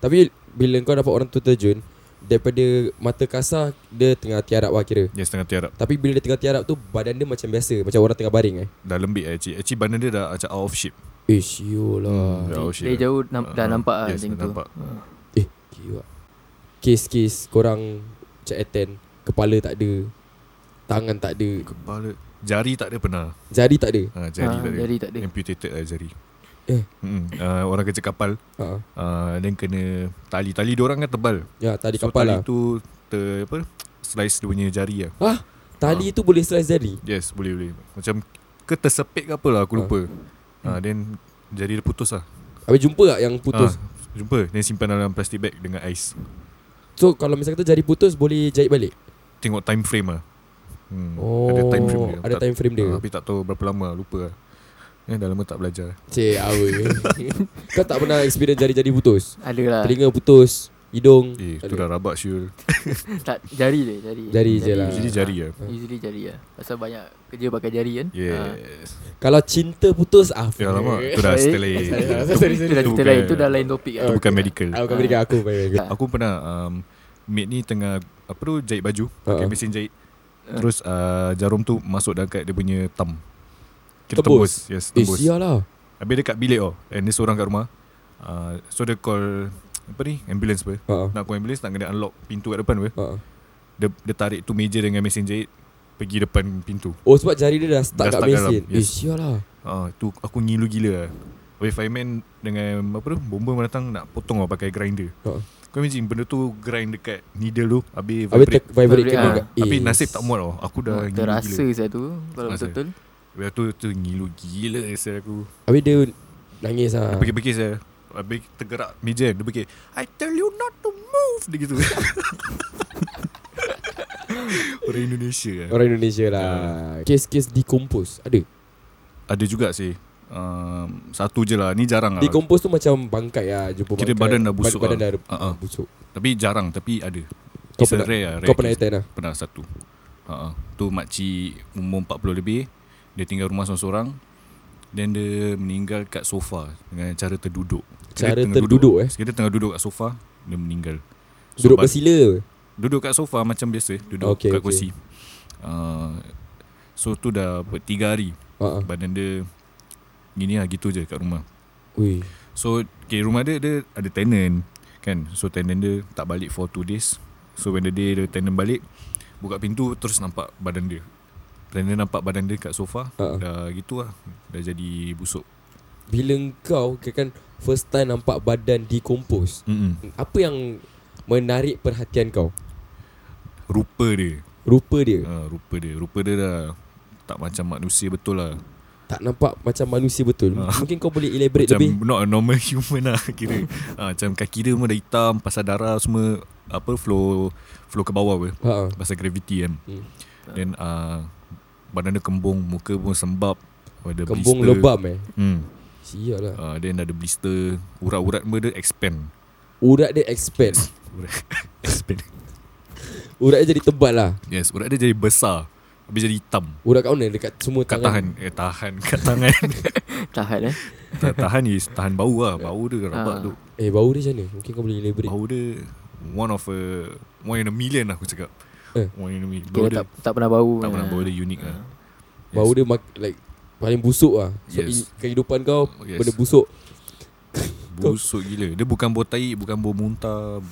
Speaker 2: Tapi bila kau dapat orang tu terjun Daripada mata kasar Dia tengah tiarap lah kira
Speaker 4: Yang setengah tiarap
Speaker 2: Tapi bila dia tengah tiarap tu Badan dia macam biasa Macam orang tengah baring eh
Speaker 4: Dah lembik lah actually Actually badan dia dah macam out of shape
Speaker 2: Eh siul lah
Speaker 4: Dah
Speaker 3: Dia,
Speaker 4: out of shape
Speaker 3: dia
Speaker 4: lah.
Speaker 3: jauh nam, dah
Speaker 4: Ah,
Speaker 3: nampak lah
Speaker 4: yes,
Speaker 3: macam
Speaker 4: dah
Speaker 3: tu
Speaker 4: nampak.
Speaker 3: Ah.
Speaker 2: Eh kiwak Kes-kes korang Macam attend Kepala tak ada Tangan tak ada
Speaker 4: Kepala Jari tak ada pernah
Speaker 2: Jari tak ada
Speaker 4: ha, Jari
Speaker 3: Ah,
Speaker 4: tak ada
Speaker 3: Jari tak ada
Speaker 4: Amputated lah jari
Speaker 2: Eh.
Speaker 4: Mm-mm. Ah, Orang kerja kapal
Speaker 2: ha.
Speaker 4: uh, Then kena Tali Tali diorang kan tebal
Speaker 2: Ya tali
Speaker 4: So
Speaker 2: kapal
Speaker 4: tali
Speaker 2: lah
Speaker 4: tu ter, apa, Slice dia punya jari lah
Speaker 2: Hah? Tali tu boleh slice jari
Speaker 4: Yes boleh boleh Macam Ke tersepit ke apa lah
Speaker 2: Ah.
Speaker 4: Aku lupa uh, Then Jari dia putus lah
Speaker 2: Habis jumpa tak yang Hmm. putus
Speaker 4: Ah, Jumpa Then simpan dalam plastic bag Dengan ais
Speaker 2: So kalau misalkan tu jari putus Boleh jahit balik
Speaker 4: Tengok time frame lah hmm.
Speaker 2: Oh,
Speaker 4: Ada time frame dia
Speaker 2: ada
Speaker 4: Tak-
Speaker 2: time frame dia.
Speaker 4: ah, Tapi tak tahu berapa lama lah, Lupa lah Eh, dah lama tak belajar
Speaker 2: Cik awe Kau tak pernah experience jari-jari putus
Speaker 3: Ada lah
Speaker 2: Telinga putus Hidung
Speaker 4: Eh
Speaker 2: Ah.
Speaker 4: tu
Speaker 2: Aduh.
Speaker 4: dah rabak Syul
Speaker 3: tak, Jari je Jari
Speaker 2: Jari je lah.
Speaker 4: Jadi jari lah
Speaker 3: Usually jari lah Pasal banyak kerja pakai jari kan
Speaker 4: Yes
Speaker 2: Kalau cinta putus ah.
Speaker 4: Ya lama
Speaker 2: fuck.
Speaker 4: Itu dah
Speaker 3: Baik.
Speaker 4: setelah
Speaker 2: Ah. Sorry, Ah, sorry,
Speaker 3: Itu dah
Speaker 4: Itu
Speaker 3: cerita
Speaker 4: bukan-
Speaker 3: lain Itu dah lain topik lah.
Speaker 4: Itu bukan medical
Speaker 2: Ah, bukan mereka aku baik, baik.
Speaker 3: Tak.
Speaker 4: Aku pernah um, Mate ni tengah Apa tu Jahit baju Pakai
Speaker 2: Ha.
Speaker 4: mesin jahit Terus uh, jarum tu Masuk dekat dia punya thumb Kita
Speaker 2: Tebus.
Speaker 4: tembus Yes
Speaker 2: Eh
Speaker 4: tembus
Speaker 2: sial lah
Speaker 4: Habis Ah, dia kat bilik oh And dia seorang kat rumah uh, So dia call apa ni ambulance apa
Speaker 2: Ha.
Speaker 4: nak aku ambulance nak kena unlock pintu kat depan apa
Speaker 2: Ha.
Speaker 4: dia, dia tarik tu meja dengan mesin jahit pergi depan pintu
Speaker 2: Oh sebab jari dia dah stuck
Speaker 4: Dah
Speaker 2: dah kat
Speaker 4: stuck dalam,
Speaker 2: mesin. Eh
Speaker 4: yes.
Speaker 2: sial lah.
Speaker 4: ah tu aku ngilu gila lah. Wave fireman dengan apa tu bomber datang nak potong lah pakai grinder
Speaker 2: Ha.
Speaker 4: kau imagine benda tu grind dekat needle tu habis
Speaker 2: Habis ter- vibrate
Speaker 4: vibrate
Speaker 2: kena
Speaker 3: Vibrate,
Speaker 2: kat-
Speaker 4: habis, habis
Speaker 2: eh,
Speaker 4: nasib tak muat tau aku dah ngilu
Speaker 3: Hmm, Terasa
Speaker 4: gila
Speaker 3: saya tu Kalau
Speaker 4: Terasa.
Speaker 3: betul-betul
Speaker 4: Lepas tu tu ngilu gila lah saya aku
Speaker 2: Habis dia nangis lah.
Speaker 4: Dia Pergi-pergi saya Habis tergerak meja kan, Dia pergi I tell you not to move Dia gitu Orang Indonesia kan
Speaker 2: Orang Indonesia lah.
Speaker 4: Ya.
Speaker 2: Kes-kes decompose ada.
Speaker 4: Ada juga sih um, Satu je lah Ni jarang lah
Speaker 2: Decompose tu macam bangkai lah jumpa
Speaker 4: Kira
Speaker 2: bangkai.
Speaker 4: badan dah busuk
Speaker 2: Badan
Speaker 4: lah.
Speaker 2: dah
Speaker 4: Uh-uh.
Speaker 2: busuk.
Speaker 4: Tapi jarang Tapi ada
Speaker 2: Kau
Speaker 4: It's a
Speaker 2: pernah-
Speaker 4: rare lah rare
Speaker 2: Kau pernah
Speaker 4: case.
Speaker 2: attend lah.
Speaker 4: Pernah satu uh-uh. Tu makcik Umur 40 lebih Dia tinggal rumah seorang-seorang Then dia meninggal kat sofa Dengan cara terduduk Kira
Speaker 2: Cara
Speaker 4: tengah
Speaker 2: terduduk, eh?
Speaker 4: Sekiranya tengah duduk kat sofa Dia meninggal So,
Speaker 2: Duduk
Speaker 4: but-
Speaker 2: bersila.
Speaker 4: Duduk kat sofa macam biasa Duduk
Speaker 2: Okay,
Speaker 4: okay, kat
Speaker 2: okay.
Speaker 4: kursi uh, So tu dah apa, tiga hari
Speaker 2: Ha.
Speaker 4: Badan dia Gini lah gitu je kat rumah
Speaker 2: Ui.
Speaker 4: So okay, rumah dia Dia ada tenant Kan So tenant dia tak balik for two days So when the day the tenant balik Buka pintu terus nampak badan dia Tenant nampak badan dia kat sofa
Speaker 2: Ha.
Speaker 4: Dah gitu lah Dah jadi busuk
Speaker 2: Bila kau kira kan first time nampak badan decompose.
Speaker 4: Mm-mm.
Speaker 2: Apa yang menarik perhatian kau?
Speaker 4: Rupa dia
Speaker 2: Rupa dia.
Speaker 4: ha, Rupa dia Rupa dia dah Tak macam manusia betul lah
Speaker 2: Tak nampak macam manusia betul.
Speaker 4: Ha.
Speaker 2: Mungkin kau boleh elaborate
Speaker 4: macam
Speaker 2: lebih.
Speaker 4: not a normal human lah kira. ha, macam kaki dia semua dah hitam pasal darah semua apa flow flow ke bawah apa
Speaker 2: Ha.
Speaker 4: pasal gravity kan.
Speaker 2: Hmm.
Speaker 4: Hmm. Then uh, badan dia kembung, muka pun sembab. Ada
Speaker 2: Kembung
Speaker 4: blister.
Speaker 2: lebam eh.
Speaker 4: Hmm.
Speaker 2: Sial lah.
Speaker 4: Uh, then ada blister, urat-urat pun dia expand.
Speaker 2: Urat dia expand.
Speaker 4: Urat- expand.
Speaker 2: Urat dia jadi tebal lah.
Speaker 4: Yes, urat dia jadi besar. Habis jadi hitam.
Speaker 2: Urat kat mana? Dekat semua
Speaker 4: Kat
Speaker 2: tangan.
Speaker 4: tahan, eh tahan, kat tangan.
Speaker 3: Tahan eh
Speaker 4: Ta- tahan is tahan bau
Speaker 2: Ya.
Speaker 4: lah, bau dia rabak
Speaker 3: Ah.
Speaker 4: tu.
Speaker 2: Eh bau dia macam mana? Mungkin kau boleh elaborate.
Speaker 4: Bau dia one of a one in a million lah aku cakap.
Speaker 2: Eh.
Speaker 4: One in a million. Bau
Speaker 3: Kira
Speaker 4: dia
Speaker 3: tak, tak pernah bau
Speaker 4: tak pernah
Speaker 3: Ah.
Speaker 4: bau dia unique lah. Yes.
Speaker 2: Bau dia mak- like paling busuk lah. So yes.
Speaker 4: Yes.
Speaker 2: kehidupan kau yes.
Speaker 4: Yes.
Speaker 2: benda busuk.
Speaker 4: busuk gila. Dia bukan bau tai, bukan bau muntah.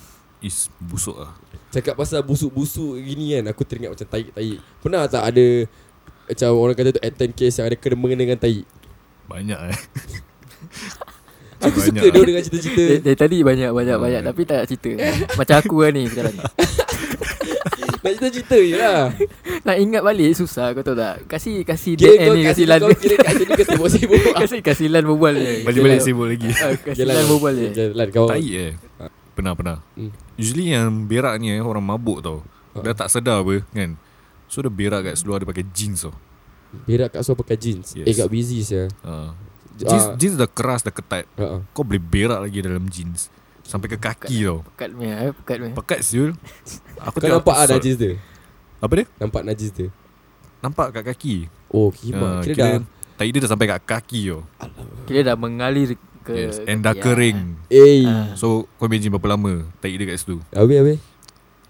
Speaker 4: Is busuk lah.
Speaker 2: Cakap pasal busuk-busuk gini kan Aku teringat macam tahi-tahi Pernah tak ada Macam orang kata tu Attend case yang ada kena mengena dengan tahi
Speaker 4: Banyak eh.
Speaker 2: Aku
Speaker 4: Banyak
Speaker 2: suka dia
Speaker 4: lah.
Speaker 2: dengan cerita-cerita
Speaker 3: Dari, dari tadi banyak banyak
Speaker 4: Ah.
Speaker 3: banyak tapi tak nak cerita. Macam aku lah ni sekarang.
Speaker 2: Nak cerita-cerita je lah
Speaker 3: Nak ingat balik susah kau tahu tak? Kasih kasih
Speaker 2: Kira
Speaker 3: DN
Speaker 2: kau
Speaker 3: ni
Speaker 2: kasi
Speaker 3: kasih Lan.
Speaker 2: Kau kira kat sini kau sibuk-sibuk
Speaker 3: Kasih kasih Lan berbual
Speaker 2: Eh,
Speaker 3: je.
Speaker 4: Balik-balik
Speaker 3: Kasih
Speaker 4: sibuk lagi.
Speaker 3: Lan- ah, Kasih Lan berbual je.
Speaker 2: Jalan kau
Speaker 4: tai eh. Pernah pernah.
Speaker 2: Oh. Ha. Hmm.
Speaker 4: Usually yang berak ni eh, orang mabuk tau.
Speaker 2: Ah.
Speaker 4: Dah tak sedar apa kan. So dia berak kat seluar dia pakai jeans tau.
Speaker 2: Berak kat suara pakai jeans
Speaker 4: Yes.
Speaker 2: Eh kat busy saya
Speaker 4: Ha. Jeans,
Speaker 2: Jeans
Speaker 4: jeans dah keras dah ketat.
Speaker 2: uh, uh,
Speaker 4: Kau boleh berak lagi dalam jeans. Sampai ke kaki tau.
Speaker 3: Pekat meh, eh, pekat meh.
Speaker 4: Pekat siul. Aku
Speaker 2: Kau
Speaker 4: tengok
Speaker 2: nampak ah
Speaker 4: episode.
Speaker 2: najis dia
Speaker 4: Apa dia?
Speaker 2: Nampak najis dia
Speaker 4: Nampak kat kaki.
Speaker 2: Oh kira,
Speaker 4: Ah,
Speaker 2: kira, dah
Speaker 4: Tai dia dah sampai kat kaki tau.
Speaker 3: Kira dah mengalir ke
Speaker 4: Yes, and dah
Speaker 3: kaki, ah.
Speaker 4: kering.
Speaker 2: Eh
Speaker 3: Ah.
Speaker 4: So kau imagine berapa lama Tai dia kat situ
Speaker 2: Habis habis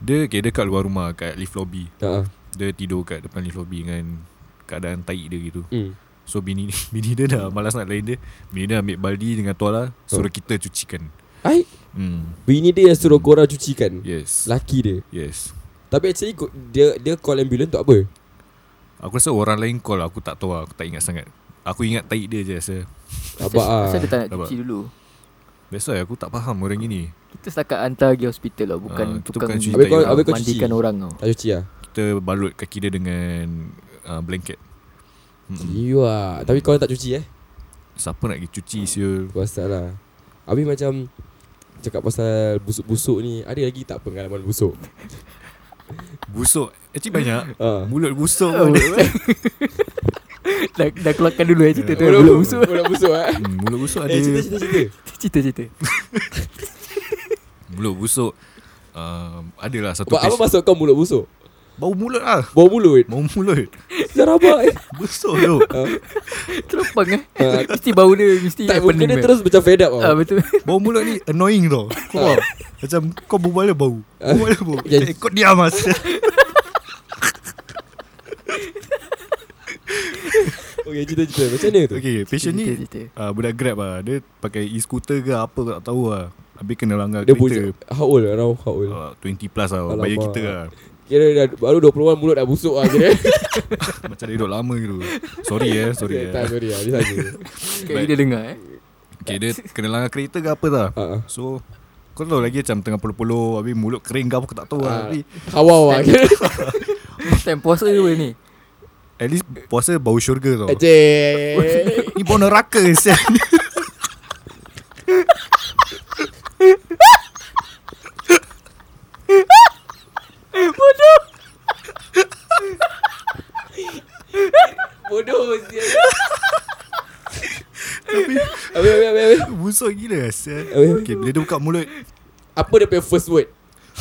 Speaker 4: Dia okay, dia kat luar rumah Kat lift lobby
Speaker 2: uh, uh.
Speaker 4: Dia tidur kat depan lift lobby Dengan keadaan tai dia gitu
Speaker 2: Hmm.
Speaker 4: So bini bini dia dah malas nak lain dia Bini dia ambil baldi dengan tuala Suruh
Speaker 2: Oh.
Speaker 4: kita cucikan
Speaker 2: Hai
Speaker 4: hmm.
Speaker 2: Bini dia yang suruh korang cucikan
Speaker 4: Yes
Speaker 2: Laki dia
Speaker 4: Yes
Speaker 2: Tapi actually ko- dia dia call ambulance untuk apa?
Speaker 4: Aku rasa orang lain call Aku tak tahu lah, Aku tak ingat sangat Aku ingat tai dia je rasa
Speaker 2: Abang ah.
Speaker 3: Kenapa dia tak nak
Speaker 4: Rabak.
Speaker 3: cuci dulu?
Speaker 4: That's why aku tak faham orang gini
Speaker 3: Kita setakat hantar pergi hospital lah Bukan
Speaker 4: Ah, kita
Speaker 3: tukang
Speaker 4: bukan cuci
Speaker 2: Habis kau-
Speaker 3: tukang
Speaker 2: habis kau
Speaker 3: Mandikan
Speaker 2: cuci?
Speaker 3: orang tau
Speaker 2: Tak cuci lah
Speaker 4: Kita balut kaki dia dengan uh, Blanket Mm-mm.
Speaker 2: You ah. Tapi kau tak cuci eh
Speaker 4: Siapa nak pergi cuci siul
Speaker 2: Kau asal lah Habis macam Cakap pasal busuk-busuk ni Ada lagi tak pengalaman busuk?
Speaker 4: Busuk Actually banyak
Speaker 2: Ha
Speaker 4: Mulut busuk
Speaker 3: Oh, dah, dah keluarkan dulu eh cerita tu
Speaker 2: Mulut
Speaker 3: Belum
Speaker 2: busuk Mulut busuk eh
Speaker 4: Hmm, Mulut busuk ada
Speaker 2: Eh cerita-cerita
Speaker 3: cerita-cerita
Speaker 4: Mulut busuk um, Adalah satu
Speaker 2: Apa
Speaker 4: patient-
Speaker 2: masuk kau mulut busuk?
Speaker 4: Bau mulut lah
Speaker 2: Bau mulut
Speaker 4: Bau mulut
Speaker 2: Dah rabak eh
Speaker 4: Busuk tu
Speaker 3: Terlopang eh
Speaker 2: Ah.
Speaker 3: Mesti bau dia Mesti
Speaker 2: Tak muka dia
Speaker 3: happening
Speaker 2: terus macam fed up oh.
Speaker 3: Ah
Speaker 2: tau
Speaker 3: betul.
Speaker 4: Bau mulut ni annoying tau Kau faham? Macam kau berbual dia bau Berbual dia bau
Speaker 2: Yes.
Speaker 4: Eh, Kau diam mas
Speaker 2: Okay cerita-cerita Macam mana tu?
Speaker 4: Okay patient ni ah,
Speaker 3: Cerita-cerita.
Speaker 4: uh, Budak grab lah Dia pakai e-scooter ke apa aku tak tahu lah Habis kena langgar
Speaker 2: Dia busuk
Speaker 4: kereta
Speaker 2: How old Around how old
Speaker 4: uh, 20 plus lah Bayar
Speaker 2: Alamak.
Speaker 4: kita lah
Speaker 2: Kira dah Baru 21 mulut dah busuk lah Kira
Speaker 4: Macam dia duduk lama gitu Sorry eh
Speaker 2: Sorry
Speaker 4: Sorry eh
Speaker 2: Tak sorry lah Dia saja
Speaker 3: Sekali dia dengar eh
Speaker 4: Okay dia kena langgar kereta ke apa tah
Speaker 2: Ah, ah.
Speaker 4: So Kau tahu lagi macam tengah polo-polo Habis mulut kering ke apa Aku tak tahu
Speaker 2: Ah,
Speaker 4: lah Tapi
Speaker 2: Hawau lah kira
Speaker 3: Time puasa tu ni
Speaker 4: At least puasa bau syurga tau
Speaker 2: Eh, Acik
Speaker 4: Ni bau neraka sial
Speaker 2: Bodoh sial Habis habis habis habis.
Speaker 4: Busuk gila sial
Speaker 2: Habis-
Speaker 4: Okay bila dia buka mulut
Speaker 2: Apa dia punya first word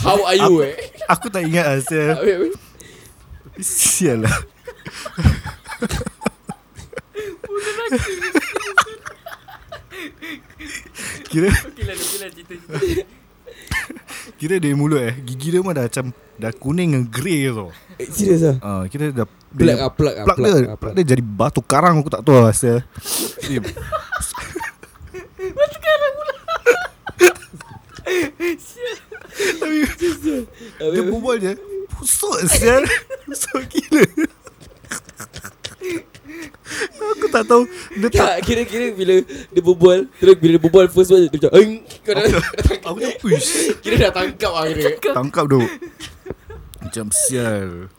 Speaker 2: How are you eh
Speaker 4: Aku tak ingat lah sial
Speaker 2: Habis habis
Speaker 4: Sial lah Kira
Speaker 3: Okay lah Lagi lah cerita-cerita
Speaker 4: Kira dari mulut eh Gigi dia pun dah macam Dah kuning dengan grey tau
Speaker 2: Eh, Serius lah
Speaker 4: Ah, Kira dah
Speaker 2: Plug
Speaker 4: dia-
Speaker 2: lah plug lah
Speaker 4: Plug dia
Speaker 2: lah,
Speaker 4: Plug dia jadi batu karang Aku tak tahu lah sial Eh,
Speaker 2: Habis,
Speaker 4: Dia
Speaker 2: habis.
Speaker 4: berbual je Busuk sial Busuk gila Aku tak tahu Dia tak
Speaker 2: Tak kira-kira bila dia berbual Terus bila dia berbual first word Dia macam Eng Kau dah
Speaker 4: Aku tak Uish
Speaker 2: Kira dah tangkap lah kira
Speaker 4: Tangkap tu Macam sial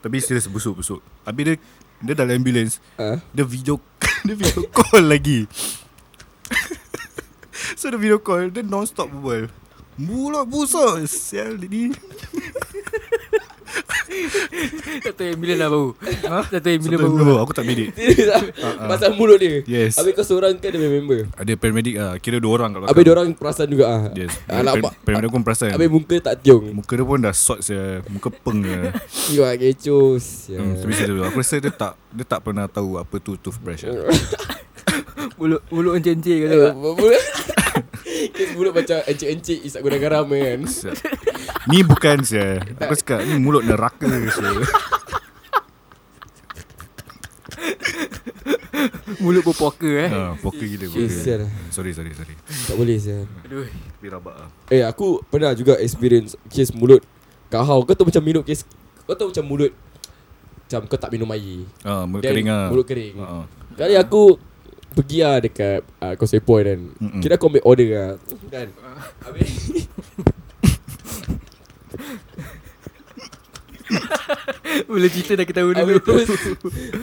Speaker 4: Tapi serius busuk-busuk Habis dia Dia dalam ambulans
Speaker 2: Ah.
Speaker 4: Dia video Dia video call lagi So dia video call Dia non stop berbual Mulut busuk Sial dia ni
Speaker 3: Satu ambulans lah baru Satu ambulans
Speaker 4: Satu-
Speaker 3: baru
Speaker 4: oh, Aku tak bidik
Speaker 2: Serius lah Pasal mulut dia
Speaker 4: Ah, Yes.
Speaker 2: Habis kau seorang kan dia punya member
Speaker 4: Ada paramedic ah, Kira dua orang kalau
Speaker 2: Habis diorang perasan juga ah.
Speaker 4: Yes kan.
Speaker 2: Alamak
Speaker 4: Paramedic- Paramedic pun perasan
Speaker 2: Habis muka tak tiung
Speaker 4: Muka dia pun dah sort je Muka peng je
Speaker 2: Tiung lah kecoh sial.
Speaker 4: hmm, Tapi serius Aku rasa dia tak Dia tak pernah tahu Apa tu toothbrush lah.
Speaker 3: Mulut Mulut encik-encik kata
Speaker 2: Eh, mulut- Kes mulut macam encik-encik Isak guna garam kan
Speaker 4: Sial. Ni bukan saya Aku cakap Ni mulut neraka saya
Speaker 3: Mulut berpuaka eh
Speaker 4: ha, Poker gila
Speaker 2: Eh,
Speaker 4: poker.
Speaker 2: sial lah.
Speaker 4: Sorry sorry sorry
Speaker 2: Tak boleh sial
Speaker 3: Aduh
Speaker 4: Tapi rabak lah
Speaker 2: Eh aku pernah juga experience kes mulut Kau hau Kau tahu macam minum kes Kau tahu macam mulut Macam kau tak minum air
Speaker 4: ah, Mulut
Speaker 2: Then
Speaker 4: kering lah
Speaker 2: Mulut kering
Speaker 4: Ha, ha.
Speaker 2: Kali aku Pergi lah dekat uh, Causeway Point kan
Speaker 4: Mm-mm.
Speaker 2: Kira aku ambil order lah Kan Habis
Speaker 3: Mulut cerita dah ketawa
Speaker 2: Habis
Speaker 3: dulu
Speaker 2: terus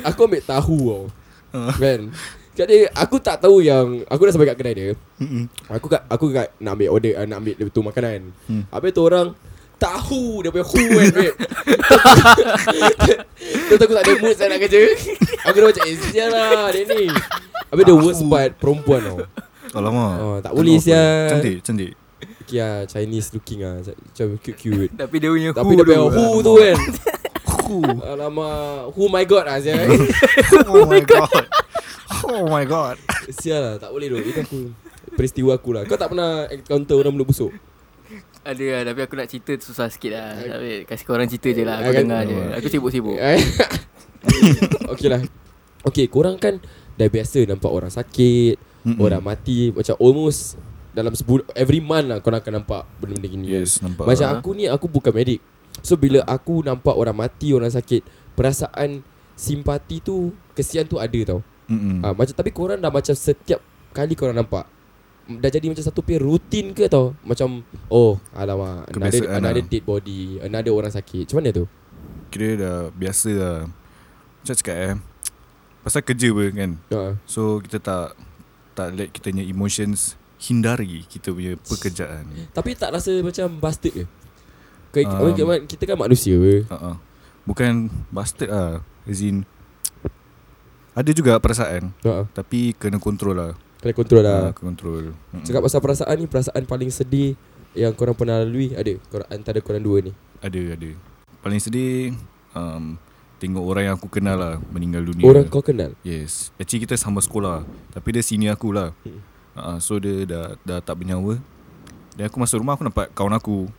Speaker 2: Aku ambil tahu tau
Speaker 4: Ah.
Speaker 2: Kan Jadi aku tak tahu yang Aku dah sampai kat kedai dia
Speaker 4: Mm-mm.
Speaker 2: Aku kat Aku kat nak ambil order uh, Nak ambil dia tu makanan
Speaker 4: Hmm.
Speaker 2: Habis tu orang Tahu Dia punya hu kan babe Terus aku tak ada mood Saya nak kerja Aku dah macam Eh sial lah Dia ni Habis the worst
Speaker 4: Tahu.
Speaker 2: part Perempuan tau
Speaker 4: Alamak
Speaker 2: Oh, tak boleh,
Speaker 4: Kenapa?
Speaker 2: sial.
Speaker 4: Cantik cantik
Speaker 2: Okay lah Chinese looking lah Macam cute-cute
Speaker 3: Tapi dia punya
Speaker 2: Tapi dia punya
Speaker 3: tu.
Speaker 2: hu tu kan
Speaker 4: Hu.
Speaker 2: Alamak Hu my god lah sial
Speaker 4: Oh my god Oh my god
Speaker 2: Sial lah tak boleh duk Itu aku Peristiwa aku lah Kau tak pernah encounter orang mulut busuk
Speaker 3: Ada lah Tapi aku nak cerita susah sikit lah Tapi kasih korang cerita je lah Aku
Speaker 2: Akan-
Speaker 3: dengar je Aku sibuk-sibuk
Speaker 2: Okay lah Okay korang kan Dah biasa nampak orang sakit
Speaker 4: Mm-mm.
Speaker 2: Orang mati Macam almost Dalam sebulan Every month lah Korang akan nampak Benda-benda gini
Speaker 4: Yes nampak
Speaker 2: Macam
Speaker 3: Ah.
Speaker 2: aku ni Aku bukan medik So bila aku nampak orang mati Orang sakit Perasaan Simpati tu Kesian tu ada tau
Speaker 4: Mm-mm.
Speaker 2: Ah, macam tapi korang dah macam setiap kali korang nampak m- dah jadi macam satu pay rutin ke tau macam oh alamak another,
Speaker 4: Kebiasaan
Speaker 2: another
Speaker 4: lah.
Speaker 2: dead body another orang sakit macam mana tu
Speaker 4: Kira dah biasa lah Macam cakap eh Pasal kerja pun kan
Speaker 2: uh,
Speaker 4: So kita tak Tak let kita punya emotions Hindari kita punya pekerjaan
Speaker 2: tapi tak rasa macam bastard ke Ke-
Speaker 4: Um,
Speaker 2: okay, man, kita kan manusia we.
Speaker 4: Uh-uh. Bukan bastard lah As in Ada juga perasaan
Speaker 2: Uh,
Speaker 4: Tapi kena kontrol lah
Speaker 2: kena kontrol
Speaker 4: uh,
Speaker 2: lah
Speaker 4: Kontrol Mm-mm.
Speaker 2: cakap pasal perasaan ni perasaan paling sedih yang korang pernah lalui ada korang, antara korang dua ni
Speaker 4: Ada ada Paling sedih um, Tengok orang yang aku kenal lah Meninggal dunia
Speaker 2: orang kau kenal
Speaker 4: Yes Actually kita sama sekolah Tapi dia senior aku lah
Speaker 2: Hmm.
Speaker 4: uh, So dia dah, dah tak bernyawa Dan aku masuk rumah aku nampak kawan aku